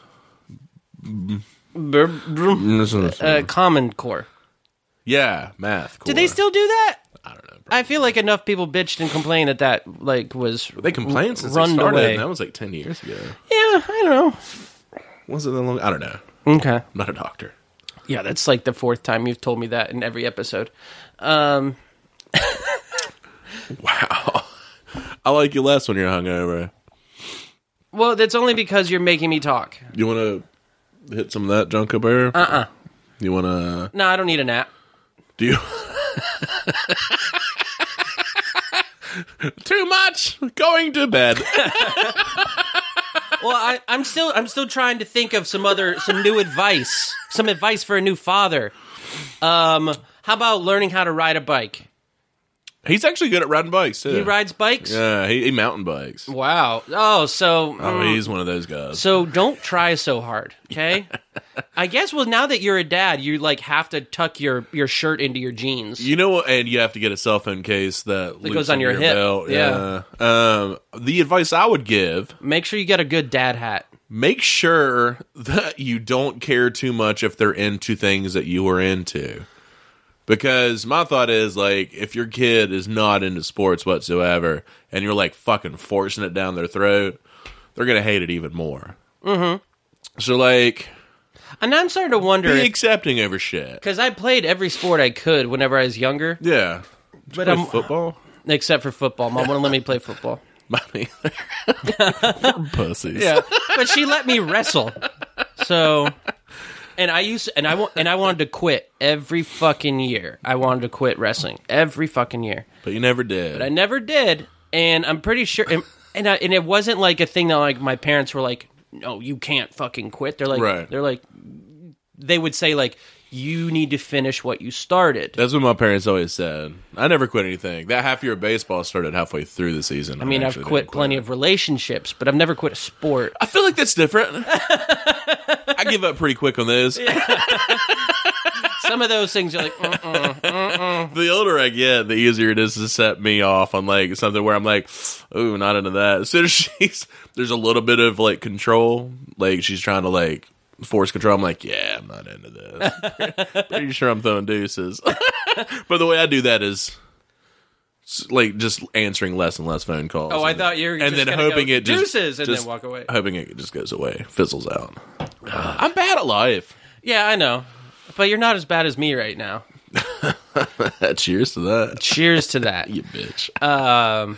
Speaker 2: Br- br- uh, Common Core.
Speaker 1: yeah, math. Core.
Speaker 2: Do they still do that?
Speaker 1: I don't know. bro.
Speaker 2: I feel like enough people bitched and complained that that like was
Speaker 1: they complained since
Speaker 2: run
Speaker 1: they started.
Speaker 2: away.
Speaker 1: And that was like ten years ago.
Speaker 2: yeah. I don't
Speaker 1: Was it that long? I don't know.
Speaker 2: know. Okay.
Speaker 1: I'm not a doctor.
Speaker 2: Yeah, that's like the fourth time you've told me that in every episode. Um,
Speaker 1: Wow. I like you less when you're hungover.
Speaker 2: well, that's only because you're making me talk.
Speaker 1: You want to hit some of that Junko Bear? Uh
Speaker 2: Uh-uh.
Speaker 1: uh You want to?
Speaker 2: No, I don't need a nap.
Speaker 1: Do you? Too much. Going to bed.
Speaker 2: Well, I, I'm still I'm still trying to think of some other some new advice, some advice for a new father. Um, how about learning how to ride a bike?
Speaker 1: He's actually good at riding bikes too.
Speaker 2: He rides bikes.
Speaker 1: Yeah, Uh, he, he mountain bikes.
Speaker 2: Wow. Oh, so
Speaker 1: Oh,
Speaker 2: mm,
Speaker 1: he's one of those guys.
Speaker 2: so don't try so hard, okay? I guess well now that you're a dad, you like have to tuck your your shirt into your jeans.
Speaker 1: You know what? And you have to get a cell phone case that, loops
Speaker 2: goes on
Speaker 1: under
Speaker 2: your hip.
Speaker 1: belt. Yeah. Um, the advice I would give:
Speaker 2: Make sure you get a good dad hat.
Speaker 1: make sure that you don't care too much if they're into things that you are into. Because my thought is like, if your kid is not into sports whatsoever, and you're like fucking forcing it down their throat, they're gonna hate it even more. Mm-hmm. So like,
Speaker 2: And I'm starting to wonder
Speaker 1: be
Speaker 2: if
Speaker 1: accepting over shit.
Speaker 2: Because I played every sport I could whenever I was younger,
Speaker 1: Yeah. Did you
Speaker 2: But
Speaker 1: play
Speaker 2: I'm-
Speaker 1: football.
Speaker 2: except for football. Mom wouldn't let me play football.
Speaker 1: Mine either. Pussies.
Speaker 2: Yeah, but she let me wrestle. So, and I used and I wa- and I wanted to quit every fucking year. I wanted to quit wrestling every fucking year.
Speaker 1: But you never did.
Speaker 2: I never did, and I'm pretty sure. And and, I, and it wasn't like a thing that like my parents were like, "No, you can't fucking quit." They're like,
Speaker 1: Right.
Speaker 2: they're like, they would say like, "You need to finish what you started."
Speaker 1: That's what my parents always said. I never quit anything. That half year of baseball started halfway through the season.
Speaker 2: I mean, I've quit plenty of relationships, but I've never quit a sport.
Speaker 1: I feel like that's different. I give up pretty quick on those.
Speaker 2: Some of those things are like, "Mm-mm."
Speaker 1: The older I get, the easier it is to set me off on like something where I'm like, "Ooh, not into that." As soon as she's there's a little bit of like control, like she's trying to like force control. I'm like, "Yeah, I'm not into this." Pretty sure I'm throwing deuces. but the way I do that is s- like just answering less and less phone calls.
Speaker 2: "Oh, I
Speaker 1: And then-
Speaker 2: thought you were."
Speaker 1: and
Speaker 2: just
Speaker 1: then
Speaker 2: gonna
Speaker 1: hoping
Speaker 2: go,
Speaker 1: it just
Speaker 2: deuces and
Speaker 1: just uh,
Speaker 2: then walk away.
Speaker 1: hoping it just goes away, fizzles out. I'm bad at life.
Speaker 2: Yeah, I know, but you're not as bad as me right now.
Speaker 1: Cheers to that,
Speaker 2: Cheers to that.
Speaker 1: you bitch.
Speaker 2: Um,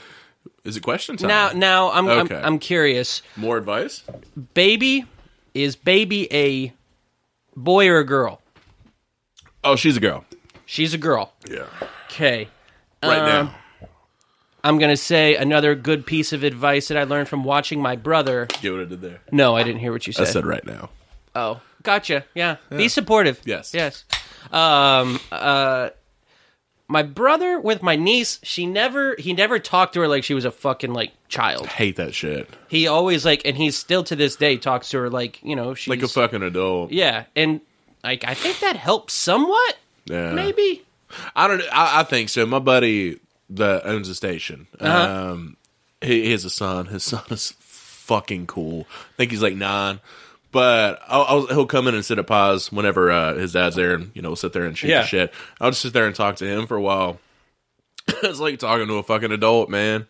Speaker 1: Is it question time?
Speaker 2: now, now I'm,
Speaker 1: Okay.
Speaker 2: I'm I'm curious.
Speaker 1: More advice?
Speaker 2: baby is baby a boy or a girl
Speaker 1: Oh, she's a girl.
Speaker 2: she's a girl
Speaker 1: Yeah.
Speaker 2: okay
Speaker 1: Right
Speaker 2: Um,
Speaker 1: now.
Speaker 2: i'm gonna say another good piece of advice that i learned from watching my brother
Speaker 1: Get what I did there.
Speaker 2: no i didn't hear what you
Speaker 1: I
Speaker 2: said,
Speaker 1: said right now.
Speaker 2: oh gotcha yeah. be supportive
Speaker 1: Yes.
Speaker 2: yes um uh my brother with my niece she never he never talked to her like she was a fucking like child
Speaker 1: Hate that shit.
Speaker 2: he always like and he still to this day talks to her like you know she's
Speaker 1: Like a fucking adult.
Speaker 2: yeah and like i think that helps somewhat
Speaker 1: Yeah.
Speaker 2: maybe
Speaker 1: I don't. I, I think so. My buddy that owns a station.
Speaker 2: Uh-huh.
Speaker 1: Um, he, he has a son. His son is fucking cool. I think he's like nine. But I'll, I'll, he'll come in and sit at pause whenever uh, his dad's there, and you know, we'll sit there and shoot
Speaker 2: Yeah.
Speaker 1: the shit. I'll just sit there and talk to him for a while. it's like talking to a fucking adult, man.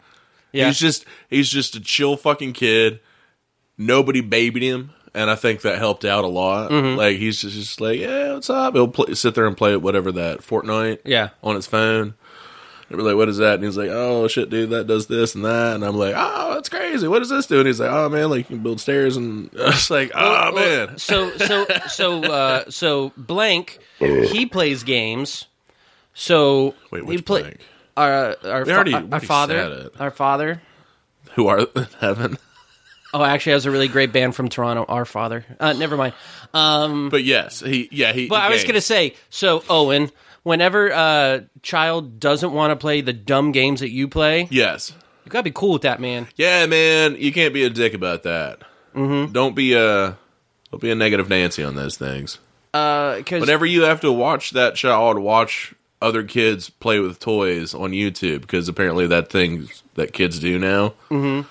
Speaker 2: Yeah.
Speaker 1: He's just he's just a chill fucking kid. Nobody babied him, and I think that helped out a lot.
Speaker 2: Mm-hmm.
Speaker 1: Like he's just, just like, yeah, what's up? He'll play, sit there and play whatever that Fortnite,
Speaker 2: Yeah.
Speaker 1: on his phone. They were like, "What is that?" And he's like, "Oh shit, dude, that does this and that." And I'm like, "Oh, that's crazy. What does this do?" And he's like, "Oh man, like you can build stairs." And I was like, "Oh
Speaker 2: Well,
Speaker 1: man,
Speaker 2: So so so uh, so blank. He plays games. So
Speaker 1: Wait,
Speaker 2: he
Speaker 1: which
Speaker 2: play-
Speaker 1: blank?
Speaker 2: Our our, fa-
Speaker 1: already-
Speaker 2: our
Speaker 1: already said
Speaker 2: father
Speaker 1: it.
Speaker 2: our father.
Speaker 1: who are in heaven?"
Speaker 2: Oh, actually, has a really great band from Toronto. Our father. Uh, never mind. Um,
Speaker 1: But yes, he yeah he.
Speaker 2: but I was gonna say. So Owen, whenever a child doesn't want to play the dumb games that you play,
Speaker 1: yes,
Speaker 2: you gotta be cool with that, man.
Speaker 1: yeah, man, you can't be a dick about that. Mm-hmm. Don't be a don't be a negative Nancy on those things.
Speaker 2: Because
Speaker 1: Whenever you have to watch that child watch other kids play with toys on YouTube, because apparently that thing that kids do now, mm-hmm.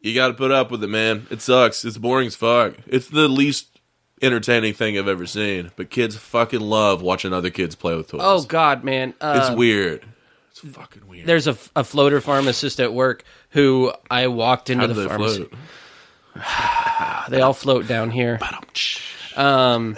Speaker 1: you got to put up with it, man. It sucks. It's boring as fuck. It's the least entertaining thing I've ever seen. But kids fucking love watching other kids play with toys.
Speaker 2: oh god, man, uh,
Speaker 1: it's weird. It's fucking weird.
Speaker 2: there's a, a floater pharmacist at work who I walked into
Speaker 1: How do
Speaker 2: the
Speaker 1: they
Speaker 2: pharmacy.
Speaker 1: float?
Speaker 2: They all float down here. Um,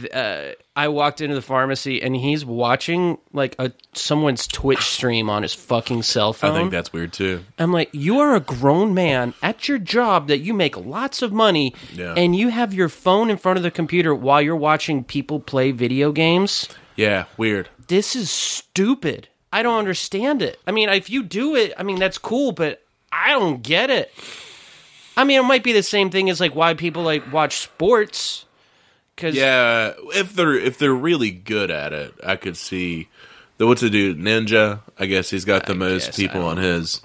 Speaker 2: th- uh, I walked into the pharmacy and he's watching like a someone's Twitch stream on his fucking cell phone.
Speaker 1: I think that's weird too.
Speaker 2: I'm like, you are a grown man at your job that you make lots of money,
Speaker 1: Yeah.
Speaker 2: and you have your phone in front of the computer while you're watching people play video games.
Speaker 1: Yeah, weird.
Speaker 2: This is stupid. I don't understand it. I mean, if you do it, I mean that's cool, but I don't get it. I mean, it might be the same thing as like why people like watch sports. Cause
Speaker 1: Yeah, if they're if they're really good at it, I could see the what's the dude Ninja. I guess he's got the most
Speaker 2: guess, I
Speaker 1: people
Speaker 2: don't
Speaker 1: on his.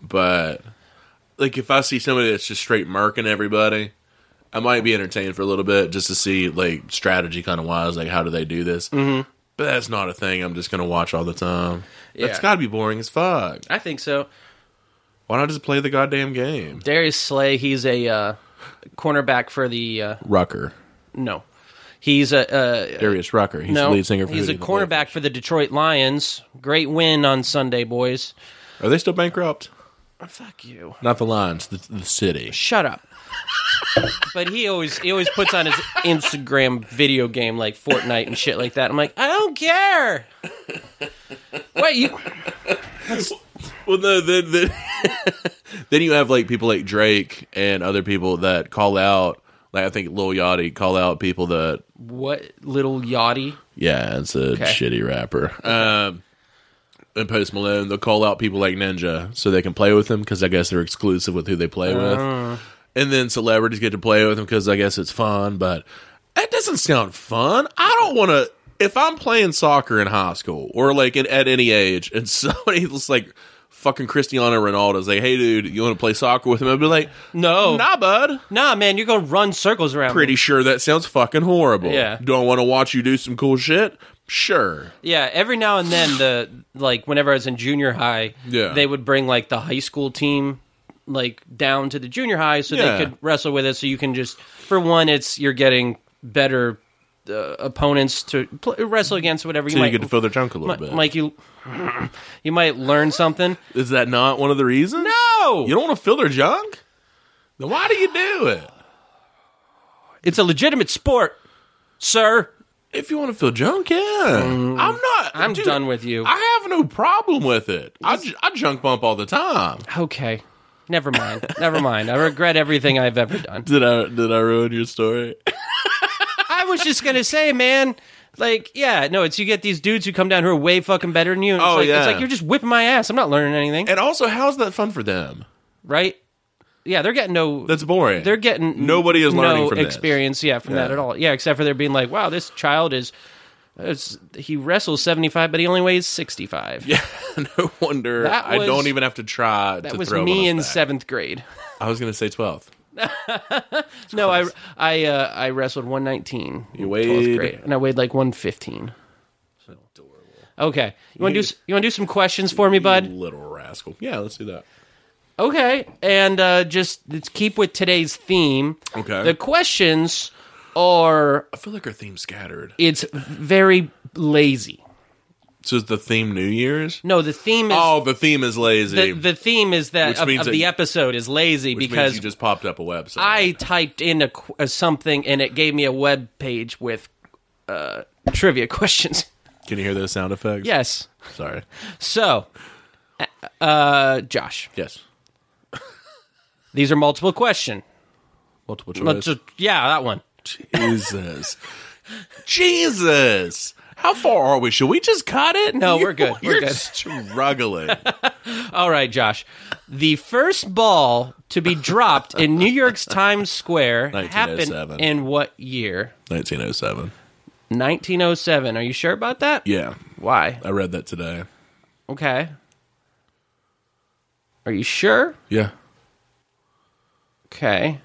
Speaker 1: But like, if I see somebody that's just straight murking everybody, I might be entertained for a little bit just to see like strategy kind of wise, like how do they do this. Mm-hmm. But that's not a thing I'm just gonna watch all the time. That's
Speaker 2: Yeah.
Speaker 1: got to be boring as fuck.
Speaker 2: I think so.
Speaker 1: Why not just play the goddamn game?
Speaker 2: Darius Slay, he's a uh, cornerback for the uh,
Speaker 1: Rucker,
Speaker 2: no, he's a uh,
Speaker 1: Darius Rucker. He's
Speaker 2: no,
Speaker 1: the lead singer. For
Speaker 2: he's
Speaker 1: Hootie
Speaker 2: a
Speaker 1: and the Blowfish.
Speaker 2: cornerback for the Detroit Lions. Great win on Sunday, boys.
Speaker 1: Are they still bankrupt?
Speaker 2: Oh, Fuck you.
Speaker 1: Not the Lions, the, the city.
Speaker 2: Shut up. but he always he always puts on his Instagram video game like Fortnite and shit like that. I'm like, I don't care. Wait, you?
Speaker 1: Well, no, then then, then you have like people like Drake and other people that call out. Like I think Lil Yachty call out people that
Speaker 2: What little yachty?
Speaker 1: yeah, it's a shitty rapper. Um, and Post Malone, they'll call out people like Ninja so they can play with them because I guess they're exclusive with who they play with. And then celebrities get to play with them because I guess it's fun. But that doesn't sound fun. I don't want to. If I'm playing soccer in high school or like in, at any age, and somebody's like fucking Cristiano Ronaldo's like, "Hey, dude, you want to play soccer with him?" I'd be like, "Oh,
Speaker 2: No,
Speaker 1: "Nah, bud."
Speaker 2: nah, man, you're gonna run circles around. me.
Speaker 1: Pretty sure that sounds fucking horrible.
Speaker 2: Yeah.
Speaker 1: Do I want to watch you do some cool shit? Sure.
Speaker 2: Yeah, every now and then the like whenever I was in junior high,
Speaker 1: Yeah.
Speaker 2: they would bring like the high school team like down to the junior high so
Speaker 1: Yeah.
Speaker 2: they could wrestle with it so you can just for one it's you're getting better uh, opponents to pl- wrestle against whatever you
Speaker 1: So you
Speaker 2: might
Speaker 1: get to fill their junk a little bit.
Speaker 2: like you you might learn something.
Speaker 1: Is that not one of the reasons?
Speaker 2: No.
Speaker 1: You don't want to fill their junk? Then why do you do it?
Speaker 2: It's a legitimate sport, sir.
Speaker 1: If you want to fill junk, yeah. Mm, I'm not.
Speaker 2: I'm
Speaker 1: dude,
Speaker 2: done with you.
Speaker 1: I have no problem with it. I, ju- I junk bump all the time.
Speaker 2: okay. Never mind. Never mind. I regret everything I've ever done.
Speaker 1: Did I did I ruin your story?
Speaker 2: I was just gonna say, man. Like, yeah, no, it's you get these dudes who come down who are way fucking better than you. And it's
Speaker 1: Oh,
Speaker 2: like,
Speaker 1: yeah.
Speaker 2: It's like you're just whipping my ass. I'm not learning anything,
Speaker 1: And also, how's that fun for them?
Speaker 2: right? Yeah, they're getting no.
Speaker 1: That's boring.
Speaker 2: they're getting
Speaker 1: Nobody is
Speaker 2: no
Speaker 1: learning from this.
Speaker 2: experience. Yeah, from that at all. Yeah, except for they're being like, wow, this child is. It's, he wrestles 75, but he only weighs 65.
Speaker 1: yeah. No wonder
Speaker 2: That
Speaker 1: I
Speaker 2: was-
Speaker 1: don't even have to try.
Speaker 2: that
Speaker 1: to
Speaker 2: was
Speaker 1: throw
Speaker 2: me
Speaker 1: one
Speaker 2: in
Speaker 1: back.
Speaker 2: seventh grade.
Speaker 1: I was gonna say twelfth.
Speaker 2: No, I I uh, I wrestled 119. You
Speaker 1: weighed-
Speaker 2: grade, and I weigighed like 115. Okay, you want to do s- you want to do some questions for me, bud?
Speaker 1: Little rascal. Yeah, let's do that.
Speaker 2: Okay, and uh, just let's keep with today's theme.
Speaker 1: Okay.
Speaker 2: The questions are
Speaker 1: I feel like our theme's scattered.
Speaker 2: it's very lazy.
Speaker 1: So is the theme New Year's?
Speaker 2: No, the theme is
Speaker 1: Oh, the theme is lazy.
Speaker 2: the, the theme is that
Speaker 1: Which
Speaker 2: of,
Speaker 1: means
Speaker 2: of
Speaker 1: that-
Speaker 2: the episode is lazy
Speaker 1: Which means
Speaker 2: because
Speaker 1: you just popped up a website.
Speaker 2: I typed in a, qu- a something and it gave me a web page with uh, trivia questions.
Speaker 1: Can you hear those sound effects?
Speaker 2: Yes.
Speaker 1: Sorry.
Speaker 2: So, uh, Josh,
Speaker 1: Yes.
Speaker 2: these are multiple question.
Speaker 1: Multiple
Speaker 2: Not
Speaker 1: choice.
Speaker 2: just- yeah, that one.
Speaker 1: Jesus. Jesus. How far are we? Should we just cut it?
Speaker 2: No, we're good. We're
Speaker 1: You're
Speaker 2: good.
Speaker 1: struggling.
Speaker 2: All right, Josh. The first ball to be dropped in New York's Times Square happened
Speaker 1: 1907.
Speaker 2: in what year?
Speaker 1: 1907.
Speaker 2: 1907. Are you sure about that?
Speaker 1: Yeah,
Speaker 2: Why?
Speaker 1: I read that today.
Speaker 2: Okay. Are you sure?
Speaker 1: Yeah.
Speaker 2: Okay.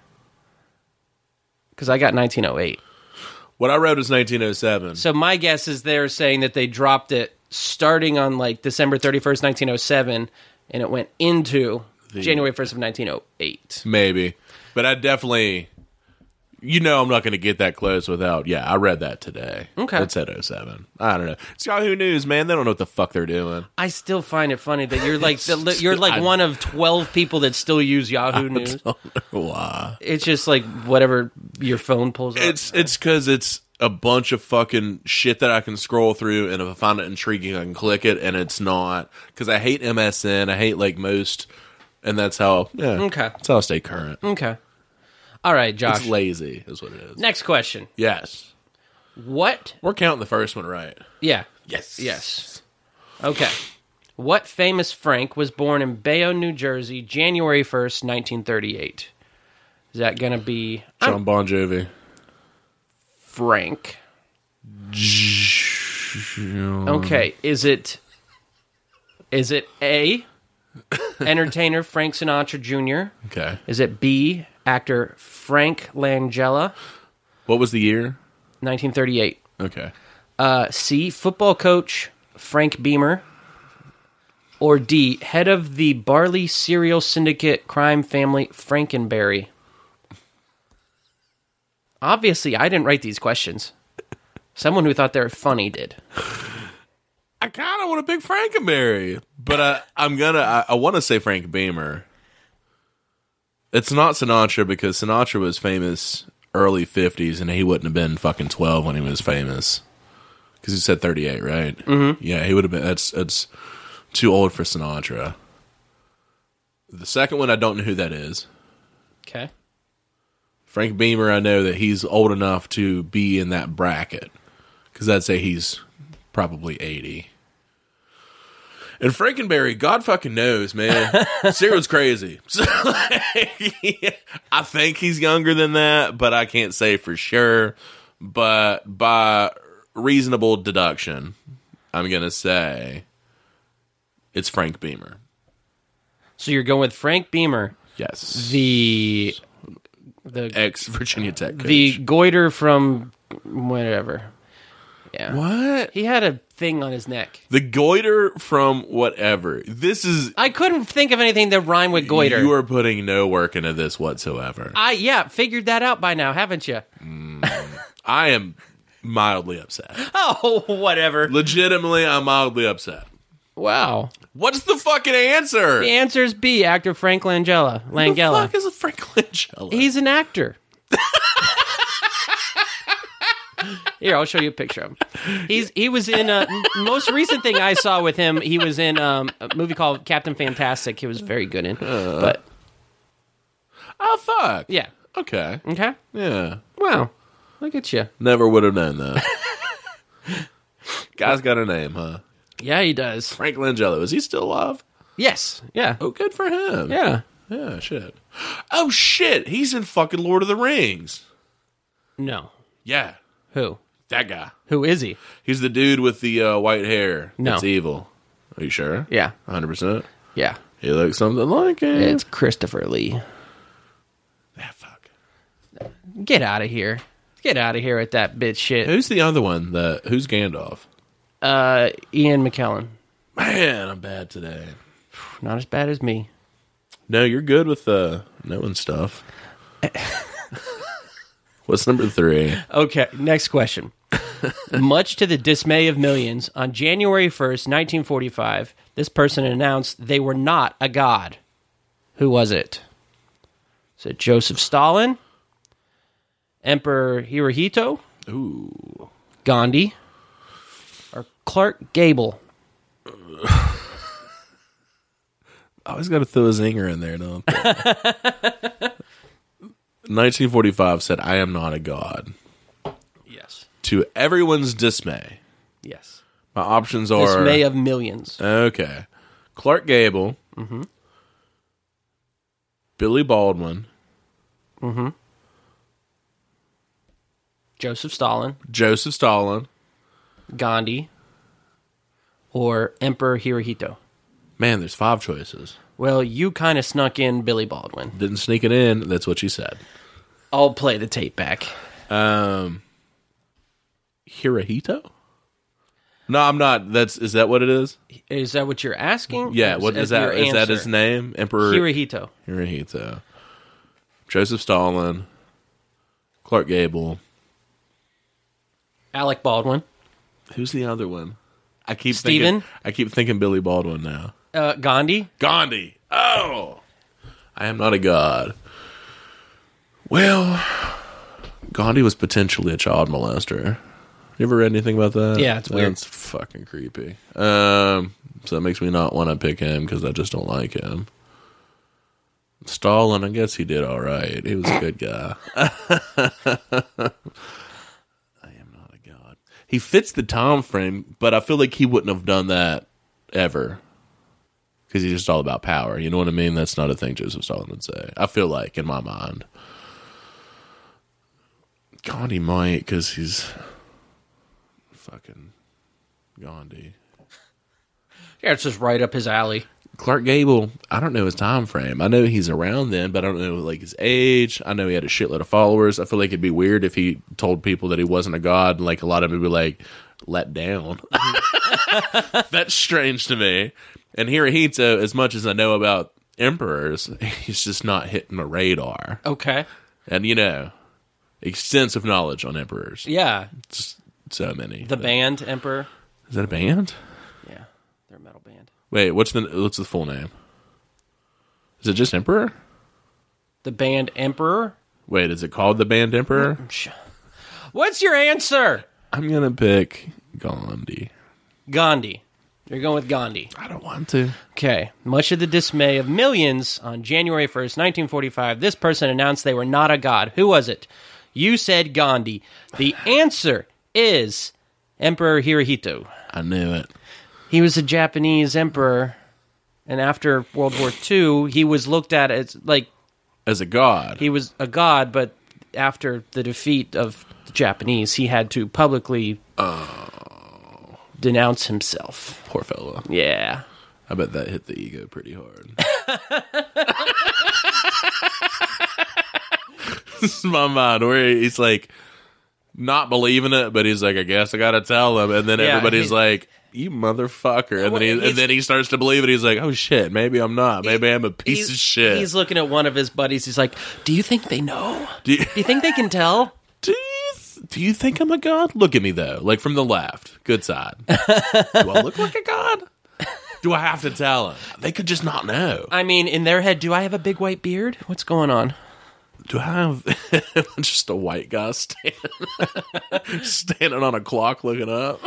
Speaker 2: Because I got 1908.
Speaker 1: What I read was 1907.
Speaker 2: So my guess is they're saying that they dropped it starting on like December 31st, 1907, and it went into January 1st of 1908.
Speaker 1: Maybe. But I definitely, you know, I'm not going to get that close without, yeah, I read that today.
Speaker 2: Okay.
Speaker 1: It's at 07. I don't know. It's Yahoo News, man. They don't know what the fuck they're doing.
Speaker 2: I still find it funny that you're like the, you're like
Speaker 1: I-
Speaker 2: one of 12 people that still use Yahoo News.
Speaker 1: Why?
Speaker 2: It's just like whatever your phone pulls up.
Speaker 1: It's it's because it's a bunch of fucking shit that I can scroll through, and if I find it intriguing, I can click it, and it's not because I hate MSN. I hate like most, and that's how yeah.
Speaker 2: Okay.
Speaker 1: that's how I stay current.
Speaker 2: okay. All right,
Speaker 1: It's
Speaker 2: Josh.
Speaker 1: lazy, is what it is.
Speaker 2: Next question.
Speaker 1: Yes,
Speaker 2: What?
Speaker 1: we're counting the first one right.
Speaker 2: Yeah.
Speaker 1: Yes,
Speaker 2: Yes. Okay. What famous Frank was born in Bayonne, New Jersey, January 1st, 1938? Is that going to be I'm
Speaker 1: John Bon Jovi.
Speaker 2: Frank? Okay, is it is it A entertainer Frank Sinatra Jr.?
Speaker 1: Okay,
Speaker 2: Is it B actor Frank Langella,
Speaker 1: what was the year?
Speaker 2: 1938?
Speaker 1: Okay,
Speaker 2: Uh, C football coach Frank Beamer, or D head of the Barley Cereal Syndicate crime family Frankenberry? Obviously, I didn't write these questions. Someone who thought they were funny did.
Speaker 1: I kind of want to pick Frankenberry, but I, I'm gonna. I, I want to say Frank Beamer. It's not Sinatra because Sinatra was famous early 50s, and he wouldn't have been fucking 12 when he was famous. Because he said 38, right? Mm-hmm. Yeah, he would have been. That's that's too old for Sinatra. The second one, I don't know who that is.
Speaker 2: Okay.
Speaker 1: Frank Beamer, I know that he's old enough to be in that bracket because I'd say he's probably 80. And Frankenberry, God fucking knows, man. Cyril's crazy. So, like, I think he's younger than that, but I can't say for sure. But by reasonable deduction, I'm going to say it's Frank Beamer.
Speaker 2: So you're going with Frank Beamer,
Speaker 1: Yes.
Speaker 2: the the
Speaker 1: Ex Virginia Tech coach.
Speaker 2: the goiter from whatever. Yeah.
Speaker 1: what?
Speaker 2: He had a thing on his neck.
Speaker 1: The goiter from whatever. This is
Speaker 2: I couldn't think of anything that rhymed with goiter.
Speaker 1: You are putting no work into this whatsoever.
Speaker 2: I yeah, figured that out by now, haven't you?
Speaker 1: I am mildly upset.
Speaker 2: Oh, whatever.
Speaker 1: Legitimately, I'm mildly upset.
Speaker 2: Wow.
Speaker 1: What's the fucking answer?
Speaker 2: The answer is B, actor Frank Langella.
Speaker 1: Who the
Speaker 2: Langella.
Speaker 1: fuck is a Frank Langella?
Speaker 2: He's an actor. Here, I'll show you a picture of him. He's he was in a most recent thing I saw with him. He was in um, a movie called Captain Fantastic. He was very good in,
Speaker 1: Uh.
Speaker 2: but
Speaker 1: oh fuck.
Speaker 2: yeah,
Speaker 1: Okay.
Speaker 2: okay,
Speaker 1: Yeah.
Speaker 2: wow, look at you.
Speaker 1: Never would have known that. Guy's got a name, huh?
Speaker 2: Yeah, he does.
Speaker 1: Frank Langella. Is he still alive?
Speaker 2: Yes, yeah,
Speaker 1: Oh, good for him.
Speaker 2: yeah.
Speaker 1: Yeah. Shit. Oh shit. He's in fucking Lord of the Rings.
Speaker 2: No,
Speaker 1: Yeah.
Speaker 2: who
Speaker 1: That guy.
Speaker 2: who is he?
Speaker 1: He's the dude with the uh, white hair.
Speaker 2: No.
Speaker 1: That's evil. Are you sure?
Speaker 2: Yeah,
Speaker 1: 100%.
Speaker 2: yeah.
Speaker 1: He looks something like it.
Speaker 2: It's Christopher Lee.
Speaker 1: Ah, fuck.
Speaker 2: Get out of here. Get out of here with that bitch shit.
Speaker 1: Who's the other one? That Who's Gandalf?
Speaker 2: Uh, Ian McKellen.
Speaker 1: Man, I'm bad today.
Speaker 2: Not as bad as me.
Speaker 1: No, you're good with uh, knowing stuff. What's number three?
Speaker 2: Okay, next question. Much to the dismay of millions, on January 1st, 1945, this person announced they were not a god. Who was it? Is it Joseph Stalin? Emperor Hirohito?
Speaker 1: Ooh.
Speaker 2: Gandhi? Or Clark Gable?
Speaker 1: I always got to throw a zinger in there. No, 1945 said, I am not a god.
Speaker 2: Yes.
Speaker 1: To everyone's dismay,
Speaker 2: Yes.
Speaker 1: my options are.
Speaker 2: Dismay of millions.
Speaker 1: Okay. Clark Gable.
Speaker 2: Mm-hmm.
Speaker 1: Billy Baldwin.
Speaker 2: Joseph Stalin,
Speaker 1: Joseph Stalin.
Speaker 2: Gandhi, or Emperor Hirohito?
Speaker 1: Man, there's five choices.
Speaker 2: Well, you kind of snuck in Billy Baldwin.
Speaker 1: Didn't sneak it in. That's what she said.
Speaker 2: I'll play the tape back.
Speaker 1: Um, Hirohito? No, I'm not. That's is that what it is?
Speaker 2: Is that what you're asking?
Speaker 1: Yeah. What is that?
Speaker 2: your
Speaker 1: Is that
Speaker 2: answer?
Speaker 1: his name? Emperor
Speaker 2: Hirohito.
Speaker 1: Hirohito. Joseph Stalin. Clark Gable.
Speaker 2: Alec Baldwin.
Speaker 1: Who's the other one? I keep
Speaker 2: Steven?
Speaker 1: thinking. I keep thinking Billy Baldwin now.
Speaker 2: Uh, Gandhi.
Speaker 1: Gandhi. Oh, I am not a god. Well, Gandhi was potentially a child molester. You ever read anything about that?
Speaker 2: Yeah, it's weird.
Speaker 1: That's fucking creepy. Um, so that makes me not want to pick him because I just don't like him. Stalin, I guess he did all right. He was a good guy. I am not a god. He fits the time frame, but I feel like he wouldn't have done that ever because he's just all about power. You know what I mean? That's not a thing Joseph Stalin would say. I feel like in my mind, Gandhi might because he's fucking Gandhi.
Speaker 2: Yeah, it's just right up his alley.
Speaker 1: Clark Gable, I don't know his time frame. I know he's around then, but I don't know like his age. I know he had a shitload of followers. I feel like it'd be weird if he told people that he wasn't a god, and like a lot of them would be like let down. That's strange to me. And Hirohito, as much as I know about emperors, he's just not hitting the radar.
Speaker 2: Okay.
Speaker 1: And you know, extensive knowledge on emperors.
Speaker 2: Yeah.
Speaker 1: Just so many.
Speaker 2: The band Emperor.
Speaker 1: Is that a band?
Speaker 2: Yeah, they're a metal band.
Speaker 1: Wait, what's the what's the full name? Is it just emperor?
Speaker 2: The band Emperor.
Speaker 1: Wait, is it called the band Emperor?
Speaker 2: Sh- What's your answer?
Speaker 1: I'm gonna pick Gandhi.
Speaker 2: Gandhi. You're going with Gandhi.
Speaker 1: I don't want to.
Speaker 2: Okay. Much of the dismay of millions on January 1st, 1945, this person announced they were not a god. Who was it? You said Gandhi. The answer is Emperor Hirohito.
Speaker 1: I knew it.
Speaker 2: He was a Japanese emperor, and after World War II, he was looked at as like
Speaker 1: As a god,
Speaker 2: he was a god, but after the defeat of the Japanese, he had to publicly uh, denounce himself.
Speaker 1: poor fella.
Speaker 2: Yeah.
Speaker 1: I bet that hit the ego pretty hard. this is my mind where he's like not believing it, but he's like, I guess I gotta tell him. And then
Speaker 2: Yeah,
Speaker 1: everybody's
Speaker 2: he-
Speaker 1: like, You motherfucker. And then he
Speaker 2: Well, he's-
Speaker 1: and then he starts to believe it. He's like, Oh shit, maybe I'm not. Maybe I'm a piece
Speaker 2: he's,
Speaker 1: of shit.
Speaker 2: He's looking at one of his buddies. He's like, "Do you think they know?
Speaker 1: do, you,
Speaker 2: Do you think they can tell?"
Speaker 1: do you do you think I'm a god? Look at me though, like from the left. Good side. do I look like a god? Do I have to tell him? They could just not know.
Speaker 2: I mean, in their head, do I have a big white beard? What's going on?
Speaker 1: Do I have just a white guy standing, standing on a clock looking up?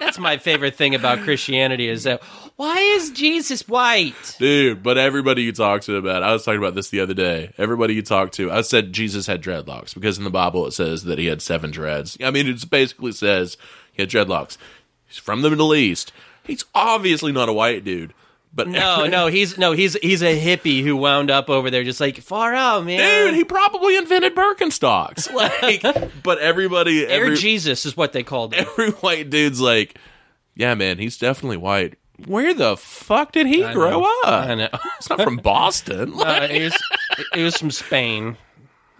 Speaker 2: That's my favorite thing about Christianity is that why is Jesus white?
Speaker 1: Dude, but everybody you talk to about, I was talking about this the other day. Everybody you talk to, I said Jesus had dreadlocks because in the Bible it says that he had seven dreads. I mean, it basically says he had dreadlocks. He's from the Middle East. He's obviously not a white dude, but
Speaker 2: No,
Speaker 1: every-
Speaker 2: no, he's no, he's he's a hippie who wound up over there, just like far out, man.
Speaker 1: Dude, he probably invented Birkenstocks. Like, but everybody,
Speaker 2: Air
Speaker 1: every,
Speaker 2: Jesus is what they called him.
Speaker 1: every white dude's like, yeah, man, he's definitely white. Where the fuck did he grow up?
Speaker 2: I know.
Speaker 1: It's not from Boston. Like,
Speaker 2: Uh, he was he was from Spain.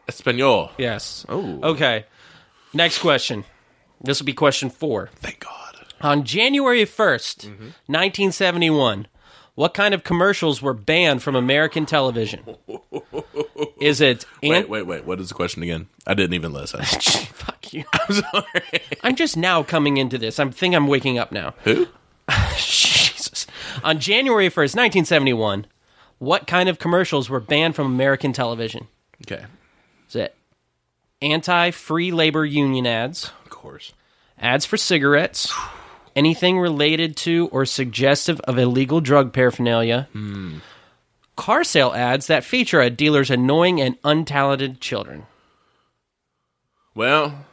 Speaker 1: Espanol.
Speaker 2: Yes.
Speaker 1: Oh.
Speaker 2: Okay. Next question. This will be question four.
Speaker 1: Thank God.
Speaker 2: On January 1st, 1971, what kind of commercials were banned from American television? Is it
Speaker 1: Wait,
Speaker 2: ant-
Speaker 1: wait, wait. What is the question again? I didn't even listen.
Speaker 2: Fuck you.
Speaker 1: I'm sorry.
Speaker 2: I'm just now coming into this. I think I'm waking up now.
Speaker 1: Who?
Speaker 2: Jesus. On January 1st, 1971, what kind of commercials were banned from American television?
Speaker 1: Okay.
Speaker 2: Is it anti free labor union ads,
Speaker 1: Of course.
Speaker 2: ads for cigarettes, anything related to or suggestive of illegal drug paraphernalia, car sale ads that feature a dealer's annoying and untalented children.
Speaker 1: Well,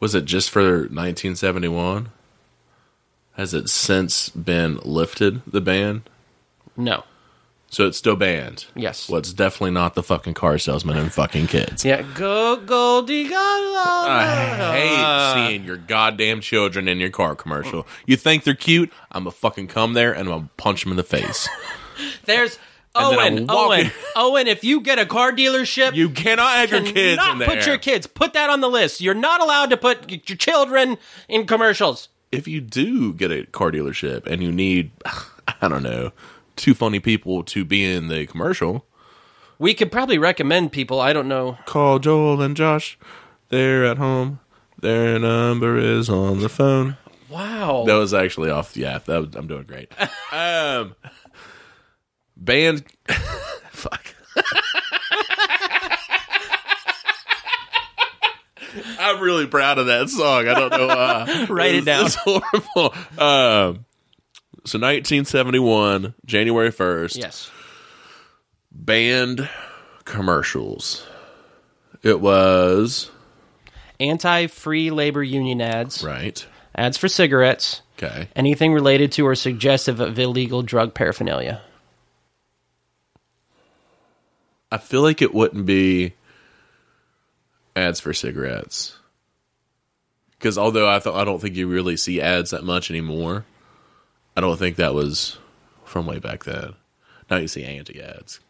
Speaker 1: was it just for 1971? Has it since been lifted, the ban?
Speaker 2: No.
Speaker 1: So it's still banned.
Speaker 2: Yes.
Speaker 1: Well, it's definitely not the fucking car salesman and fucking kids.
Speaker 2: Yeah, go Goldie Gaga.
Speaker 1: I hate seeing your goddamn children in your car commercial. You think they're cute? I'm gonna fucking come there and I'm gonna punch them in the face.
Speaker 2: There's
Speaker 1: And then I'm
Speaker 2: Owen. Owen.
Speaker 1: walking-
Speaker 2: Owen. If you get a car dealership,
Speaker 1: You cannot have your kids
Speaker 2: not
Speaker 1: in there.
Speaker 2: put your kids. Put that on the list. You're not allowed to put your children in commercials.
Speaker 1: if you do get a car dealership and you need, I don't know, two funny people to be in the commercial,
Speaker 2: We could probably recommend people. I don't know.
Speaker 1: call Joel and Josh. They're at home. Their number is on the phone.
Speaker 2: Wow.
Speaker 1: That was actually off. Yeah, that was, I'm doing great. Um, band. fuck. I'm really proud of that song. I don't know why.
Speaker 2: Write it down.
Speaker 1: It's horrible. Um, so 1971, January 1st,
Speaker 2: Yes.
Speaker 1: band commercials. It was
Speaker 2: Anti free labor union ads,
Speaker 1: right.
Speaker 2: ads for cigarettes,
Speaker 1: Okay.
Speaker 2: anything related to or suggestive of illegal drug paraphernalia.
Speaker 1: I feel like it wouldn't be ads for cigarettes. Because although I th- I don't think you really see ads that much anymore, I don't think that was from way back then. Now you see anti ads.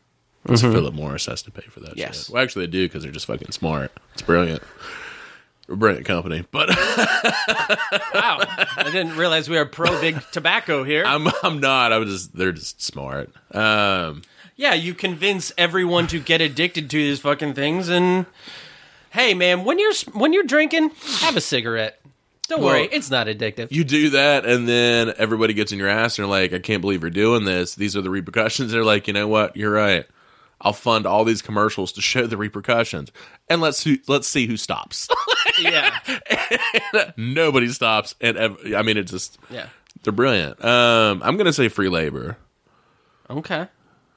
Speaker 1: Because Philip Morris has to pay for that
Speaker 2: Yes.
Speaker 1: shit. Well, actually, they do because they're just fucking smart. It's brilliant. We're a brilliant company. But
Speaker 2: Wow. I didn't realize we are pro big tobacco here.
Speaker 1: I'm I'm not. I'm just they're just smart. Um,
Speaker 2: yeah, you convince everyone to get addicted to these fucking things and hey man, when you're s- when you're drinking, have a cigarette. Don't worry,
Speaker 1: Well-
Speaker 2: it's not addictive.
Speaker 1: you do that and then everybody gets in your ass and they're like, I can't believe you're doing this. These are the repercussions. They're like, you know what? You're right. I'll fund all these commercials to show the repercussions. And let's who, let's see who stops.
Speaker 2: yeah,
Speaker 1: Nobody stops, and ev- I mean, it just
Speaker 2: yeah.
Speaker 1: they're brilliant. Um, I'm gonna say free labor
Speaker 2: Okay.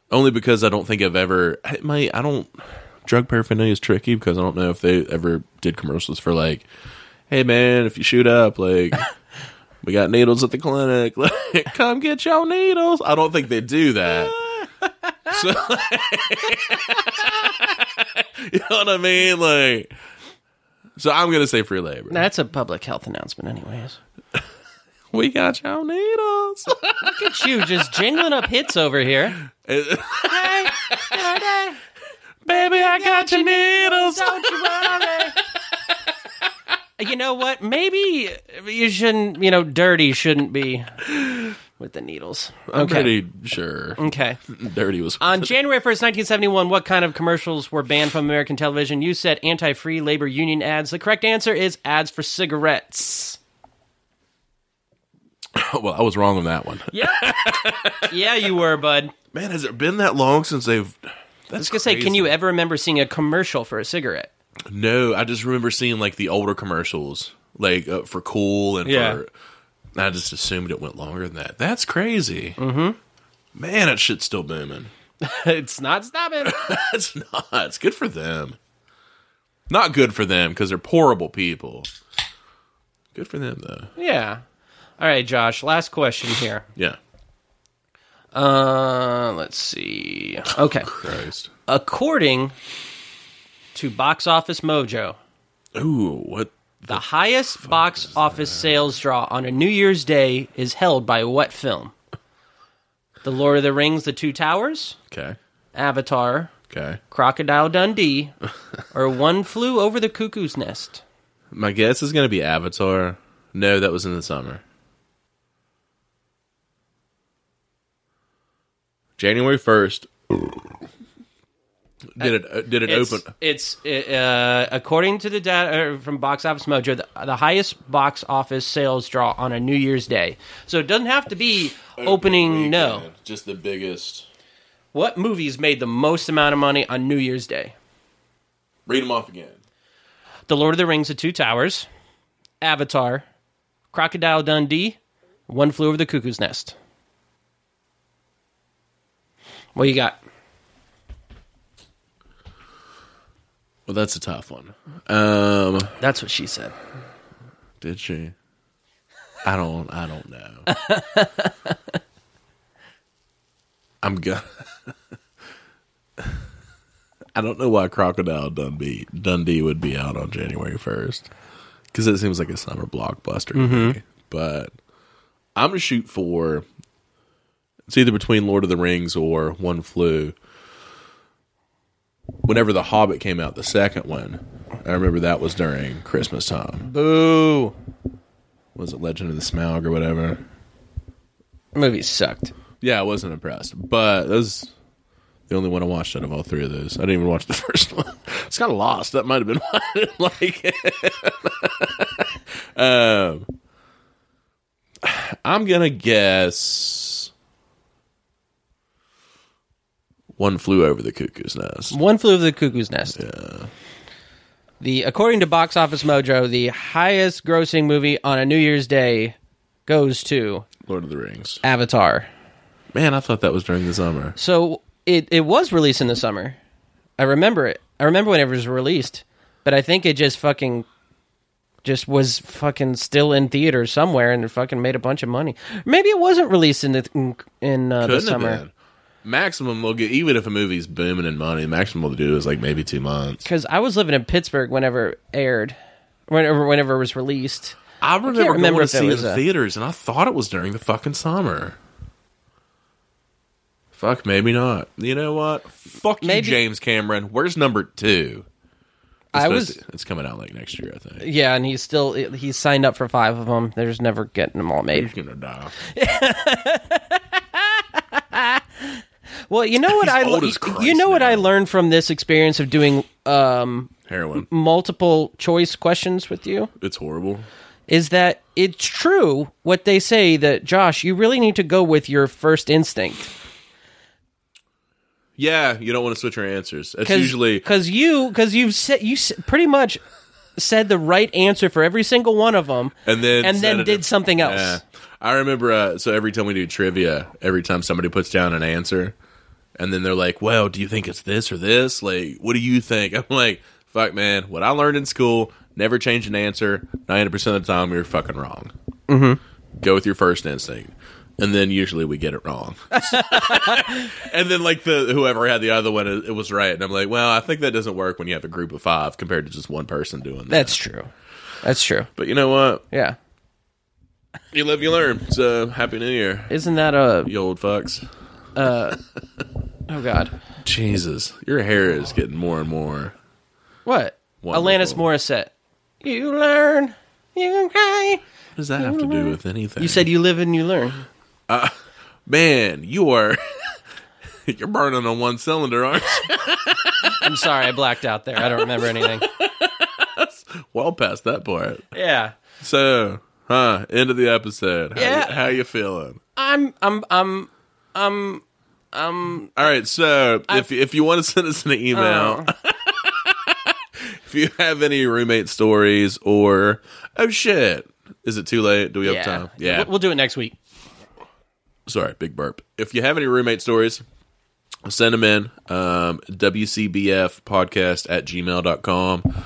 Speaker 1: only because I don't think I've ever. I- My I don't drug paraphernalia is tricky because I don't know if they ever did commercials for like, hey man, if you shoot up, like we got needles at the clinic, like come get your needles. I don't think they do that. So, you know what I mean? Like, so I'm gonna say free labor.
Speaker 2: That's a public health announcement, anyways.
Speaker 1: We got your needles.
Speaker 2: Look at you, just jingling up hits over here. Hey, hey,
Speaker 1: Baby, I got your needles.
Speaker 2: don't you worry. You know what? Maybe you shouldn't. You know, dirty shouldn't be with the needles.
Speaker 1: I'm
Speaker 2: Okay.
Speaker 1: pretty sure
Speaker 2: Okay.
Speaker 1: dirty was
Speaker 2: On January 1st, 1971, what kind of commercials were banned from American television? You said anti free labor union ads. The correct answer is ads for cigarettes.
Speaker 1: well, I was wrong on that one.
Speaker 2: Yeah. yeah, you were, bud.
Speaker 1: Man, has it been that long since they've?
Speaker 2: I
Speaker 1: That's
Speaker 2: was going to say, can you ever remember seeing a commercial for a cigarette?
Speaker 1: No, I just remember seeing like the older commercials, like uh, for Cool and
Speaker 2: Yeah.
Speaker 1: for. and I just assumed it went longer than that. That's crazy. Mm-hmm. Man, that shit's still booming.
Speaker 2: it's not stopping.
Speaker 1: That's nuts. Good for them. Not good for them because they're horrible people. Good for them though.
Speaker 2: yeah. All right, Josh, last question here.
Speaker 1: Yeah.
Speaker 2: Uh, let's see. Okay.
Speaker 1: Christ.
Speaker 2: According to Box Office Mojo,
Speaker 1: Ooh, what?
Speaker 2: the highest box office sales draw on a New Year's Day is held by what film? The Lord of the Rings, The Two Towers,
Speaker 1: Okay.
Speaker 2: Avatar,
Speaker 1: Okay.
Speaker 2: Crocodile Dundee, or One Flew Over the Cuckoo's Nest?
Speaker 1: My guess is going to be Avatar. No, that was in the summer. January 1st. Did it uh, did it
Speaker 2: It's,
Speaker 1: open?
Speaker 2: it's uh, according to the data uh, from Box Office Mojo, the, the highest box office sales draw on a New Year's Day. So it doesn't have to be opening. no,
Speaker 1: Just the biggest.
Speaker 2: what movies made the most amount of money on New Year's Day?
Speaker 1: Read them off again.
Speaker 2: The Lord of the Rings: The Two Towers, Avatar, Crocodile Dundee, One Flew Over the Cuckoo's Nest. What you got?
Speaker 1: Well, that's a tough one. Um
Speaker 2: That's what she said.
Speaker 1: did she? I don't I don't know. I'm gonna I don't know why Crocodile Dundee Dundee would be out on January first because it seems like a summer blockbuster. to me. But I'm gonna shoot for it's either between Lord of the Rings or One Flew. Whenever The Hobbit came out, the second one, I remember that was during Christmas time.
Speaker 2: Boo!
Speaker 1: Was it Legend of the Smaug or whatever?
Speaker 2: Movie sucked.
Speaker 1: Yeah, I wasn't impressed. But that was the only one I watched out of all three of those. I didn't even watch the first one. It's kind of lost. That might have been why I didn't like it. um, I'm gonna guess one flew over the cuckoo's nest.
Speaker 2: One Flew Over the Cuckoo's Nest. The according to Box Office Mojo, the highest grossing movie on a New Year's Day goes to
Speaker 1: Lord of the Rings.
Speaker 2: Avatar.
Speaker 1: Man, I thought that was during the summer.
Speaker 2: So it it was released in the summer. I remember it. I remember when it was released, but I think it just fucking just was fucking still in theaters somewhere and it fucking made a bunch of money. Maybe it wasn't released in the in, in uh, the
Speaker 1: Couldn't have
Speaker 2: summer
Speaker 1: been. Maximum they'll get even if a movie's booming in money, the maximum they'll do is like maybe two months.
Speaker 2: because I was living in Pittsburgh whenever it aired, whenever whenever it was released.
Speaker 1: I remember going to
Speaker 2: remember if it
Speaker 1: see it
Speaker 2: was
Speaker 1: in
Speaker 2: a-
Speaker 1: theaters, and I thought it was during the fucking summer. Fuck, maybe not. You know what? Fuck
Speaker 2: Maybe-
Speaker 1: you, James Cameron. Where's number two? It's
Speaker 2: I
Speaker 1: supposed
Speaker 2: was-
Speaker 1: to- it's coming out like next year, I think.
Speaker 2: Yeah, and he's still he's signed up for five of them. They're just never getting them all made.
Speaker 1: He's gonna die.
Speaker 2: Well, you know what I
Speaker 1: old
Speaker 2: you
Speaker 1: as Christ
Speaker 2: know what
Speaker 1: now.
Speaker 2: I learned from this experience of doing um,
Speaker 1: Heroin.
Speaker 2: multiple choice questions with you
Speaker 1: It's horrible.
Speaker 2: is that it's true what they say that Josh, you really need to go with your first instinct
Speaker 1: Yeah, you don't want to switch your answers. That's usually
Speaker 2: because you because you've said you s- pretty much said the right answer for every single one of them,
Speaker 1: and then
Speaker 2: and then
Speaker 1: said it-
Speaker 2: did something else.
Speaker 1: Yeah. I remember. Uh, so every time we do trivia, every time somebody puts down an answer, and then they're like, "Well, do you think it's this or this? Like, what do you think?" I'm like, "Fuck, man! What I learned in school: never change an answer. Ninety percent of the time, you're fucking wrong. Mm-hmm. Go with your first instinct." And then usually we get it wrong, and then like the whoever had the other one, it it was right, and I'm like, well, I think that doesn't work when you have a group of five compared to just one person doing that.
Speaker 2: That's true. That's true.
Speaker 1: But you know what?
Speaker 2: Yeah.
Speaker 1: You live, you learn. So happy New Year,
Speaker 2: Isn't that a
Speaker 1: you old fucks.
Speaker 2: oh god?
Speaker 1: Jesus, your hair is getting more and more.
Speaker 2: What?
Speaker 1: Wonderful.
Speaker 2: Alanis Morissette. You learn, you can cry.
Speaker 1: What does that have to do with anything?
Speaker 2: You said you live and you learn.
Speaker 1: "Man, you are you're burning on one cylinder, aren't you?"
Speaker 2: I'm sorry, I blacked out there. I don't remember anything.
Speaker 1: well, past that part.
Speaker 2: Yeah.
Speaker 1: So, huh? End of the episode. How,
Speaker 2: Yeah.
Speaker 1: you, how you feeling?
Speaker 2: I'm I'm I'm
Speaker 1: All right. So, if if you want to send us an email.
Speaker 2: Oh.
Speaker 1: If you have any roommate stories or oh shit, is it too late? Do we
Speaker 2: yeah.
Speaker 1: have time? Yeah,
Speaker 2: We'll, we'll do it next week.
Speaker 1: sorry, big burp. If you have any roommate stories, send them in. Um, WCBFpodcast at gmail.com.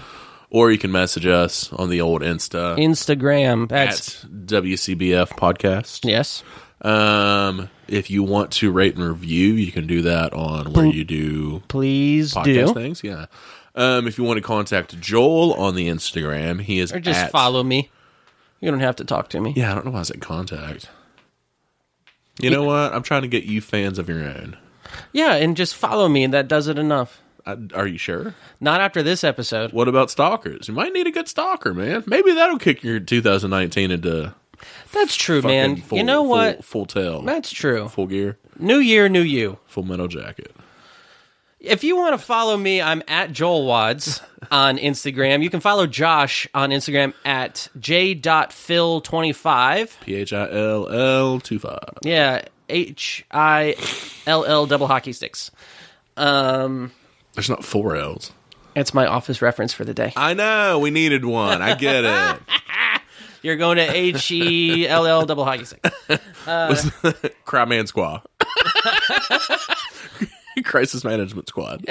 Speaker 1: Or you can message us on the old Insta
Speaker 2: Instagram.
Speaker 1: at
Speaker 2: That's
Speaker 1: WCBF Podcast.
Speaker 2: yes.
Speaker 1: Um, if you want to rate and review, you can do that on where you do
Speaker 2: Please
Speaker 1: podcast
Speaker 2: do.
Speaker 1: things. Yeah. Um, if you want to contact Joel on the Instagram, he is
Speaker 2: Or just
Speaker 1: at-
Speaker 2: follow me. You don't have to talk to me.
Speaker 1: Yeah, I don't know why I said contact. You know what? I'm trying to get you fans of your own.
Speaker 2: Yeah, and just follow me, and that does it enough.
Speaker 1: I, are you sure?
Speaker 2: Not after this episode.
Speaker 1: What about stalkers? You might need a good stalker, man. Maybe that'll kick your 2019 into
Speaker 2: That's true,
Speaker 1: fucking
Speaker 2: man.
Speaker 1: Full,
Speaker 2: you know
Speaker 1: full-
Speaker 2: what?
Speaker 1: Full, tail,
Speaker 2: That's true.
Speaker 1: full gear,
Speaker 2: New year, new you.
Speaker 1: full metal jacket.
Speaker 2: If you want to follow me, I'm at Joel Wads on Instagram. You can follow Josh on Instagram at j.phil25.
Speaker 1: P H I L L two five.
Speaker 2: Yeah, H I L L double hockey sticks. Um,
Speaker 1: There's not four L's.
Speaker 2: it's my office reference for the day.
Speaker 1: I know we needed one. I get it.
Speaker 2: You're going to H E L L double hockey stick.
Speaker 1: Crab Man Squad. Crisis Management Squad.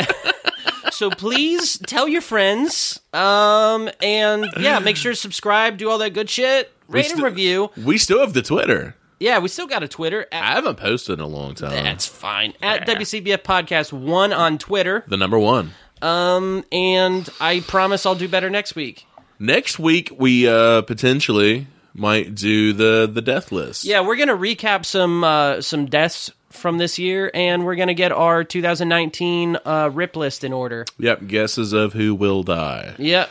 Speaker 2: So please tell your friends. Um, and yeah, make sure to subscribe, do all that good shit, rate and
Speaker 1: st-
Speaker 2: review.
Speaker 1: We still have the Twitter.
Speaker 2: Yeah, we still got a Twitter. At,
Speaker 1: I haven't posted in a long time.
Speaker 2: that's fine. At WCBF Podcast One on Twitter.
Speaker 1: the number one.
Speaker 2: Um, and I promise I'll do better next week.
Speaker 1: Next week we uh potentially might do the the death list.
Speaker 2: Yeah, we're gonna recap some uh, some deaths from this year, and we're gonna get our 2019 uh, rip list in order.
Speaker 1: Yep, guesses of who will die.
Speaker 2: Yep.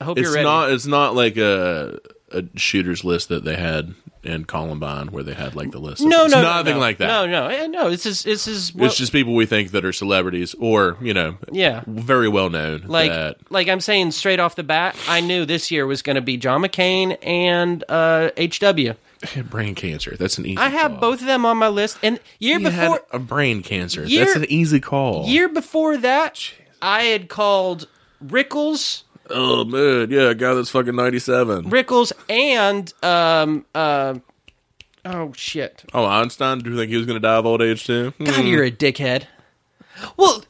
Speaker 2: I hope
Speaker 1: It's
Speaker 2: you're ready.
Speaker 1: not it's not like a a shooters list that they had in Columbine where they had like the list. of-
Speaker 2: no,
Speaker 1: it's
Speaker 2: no, no,
Speaker 1: nothing
Speaker 2: no.
Speaker 1: like that.
Speaker 2: No, no, eh, no. This is this is what,
Speaker 1: It's just people we think that are celebrities or, you know,
Speaker 2: yeah.
Speaker 1: very well known
Speaker 2: Like
Speaker 1: that
Speaker 2: like I'm saying straight off the bat, I knew this year was gonna be John McCain and uh, HW.
Speaker 1: brain cancer. That's an easy
Speaker 2: I have
Speaker 1: call.
Speaker 2: both of them on my list, and year
Speaker 1: You had
Speaker 2: before
Speaker 1: a brain cancer.
Speaker 2: Year-
Speaker 1: That's an easy call.
Speaker 2: year before that, I had called Rickles.
Speaker 1: oh man, yeah, a guy that's fucking ninety seven.
Speaker 2: Rickles and um uh oh shit.
Speaker 1: Oh, Einstein, do you think he was gonna die of old age too?
Speaker 2: God, you're
Speaker 1: Mm.
Speaker 2: a dickhead. Well,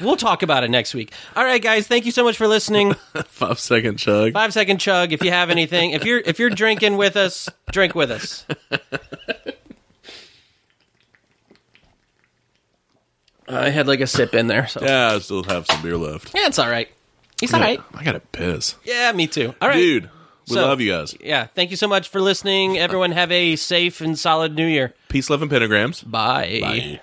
Speaker 2: we'll talk about it next week. All right, guys, thank you so much for listening.
Speaker 1: Five second chug.
Speaker 2: Five second chug. If you have anything, if you're if you're drinking with us, drink with us. I had like a sip in there, so yeah,
Speaker 1: Yeah, I still have some beer left.
Speaker 2: it's all right. He's all
Speaker 1: Yeah,
Speaker 2: right.
Speaker 1: I gotta piss.
Speaker 2: Yeah, me too. All right,
Speaker 1: Dude, we
Speaker 2: So-
Speaker 1: love you guys.
Speaker 2: Yeah, thank you so much for listening. Everyone, have a safe and solid New Year.
Speaker 1: Peace, love, and pentagrams.
Speaker 2: Bye.
Speaker 1: Bye.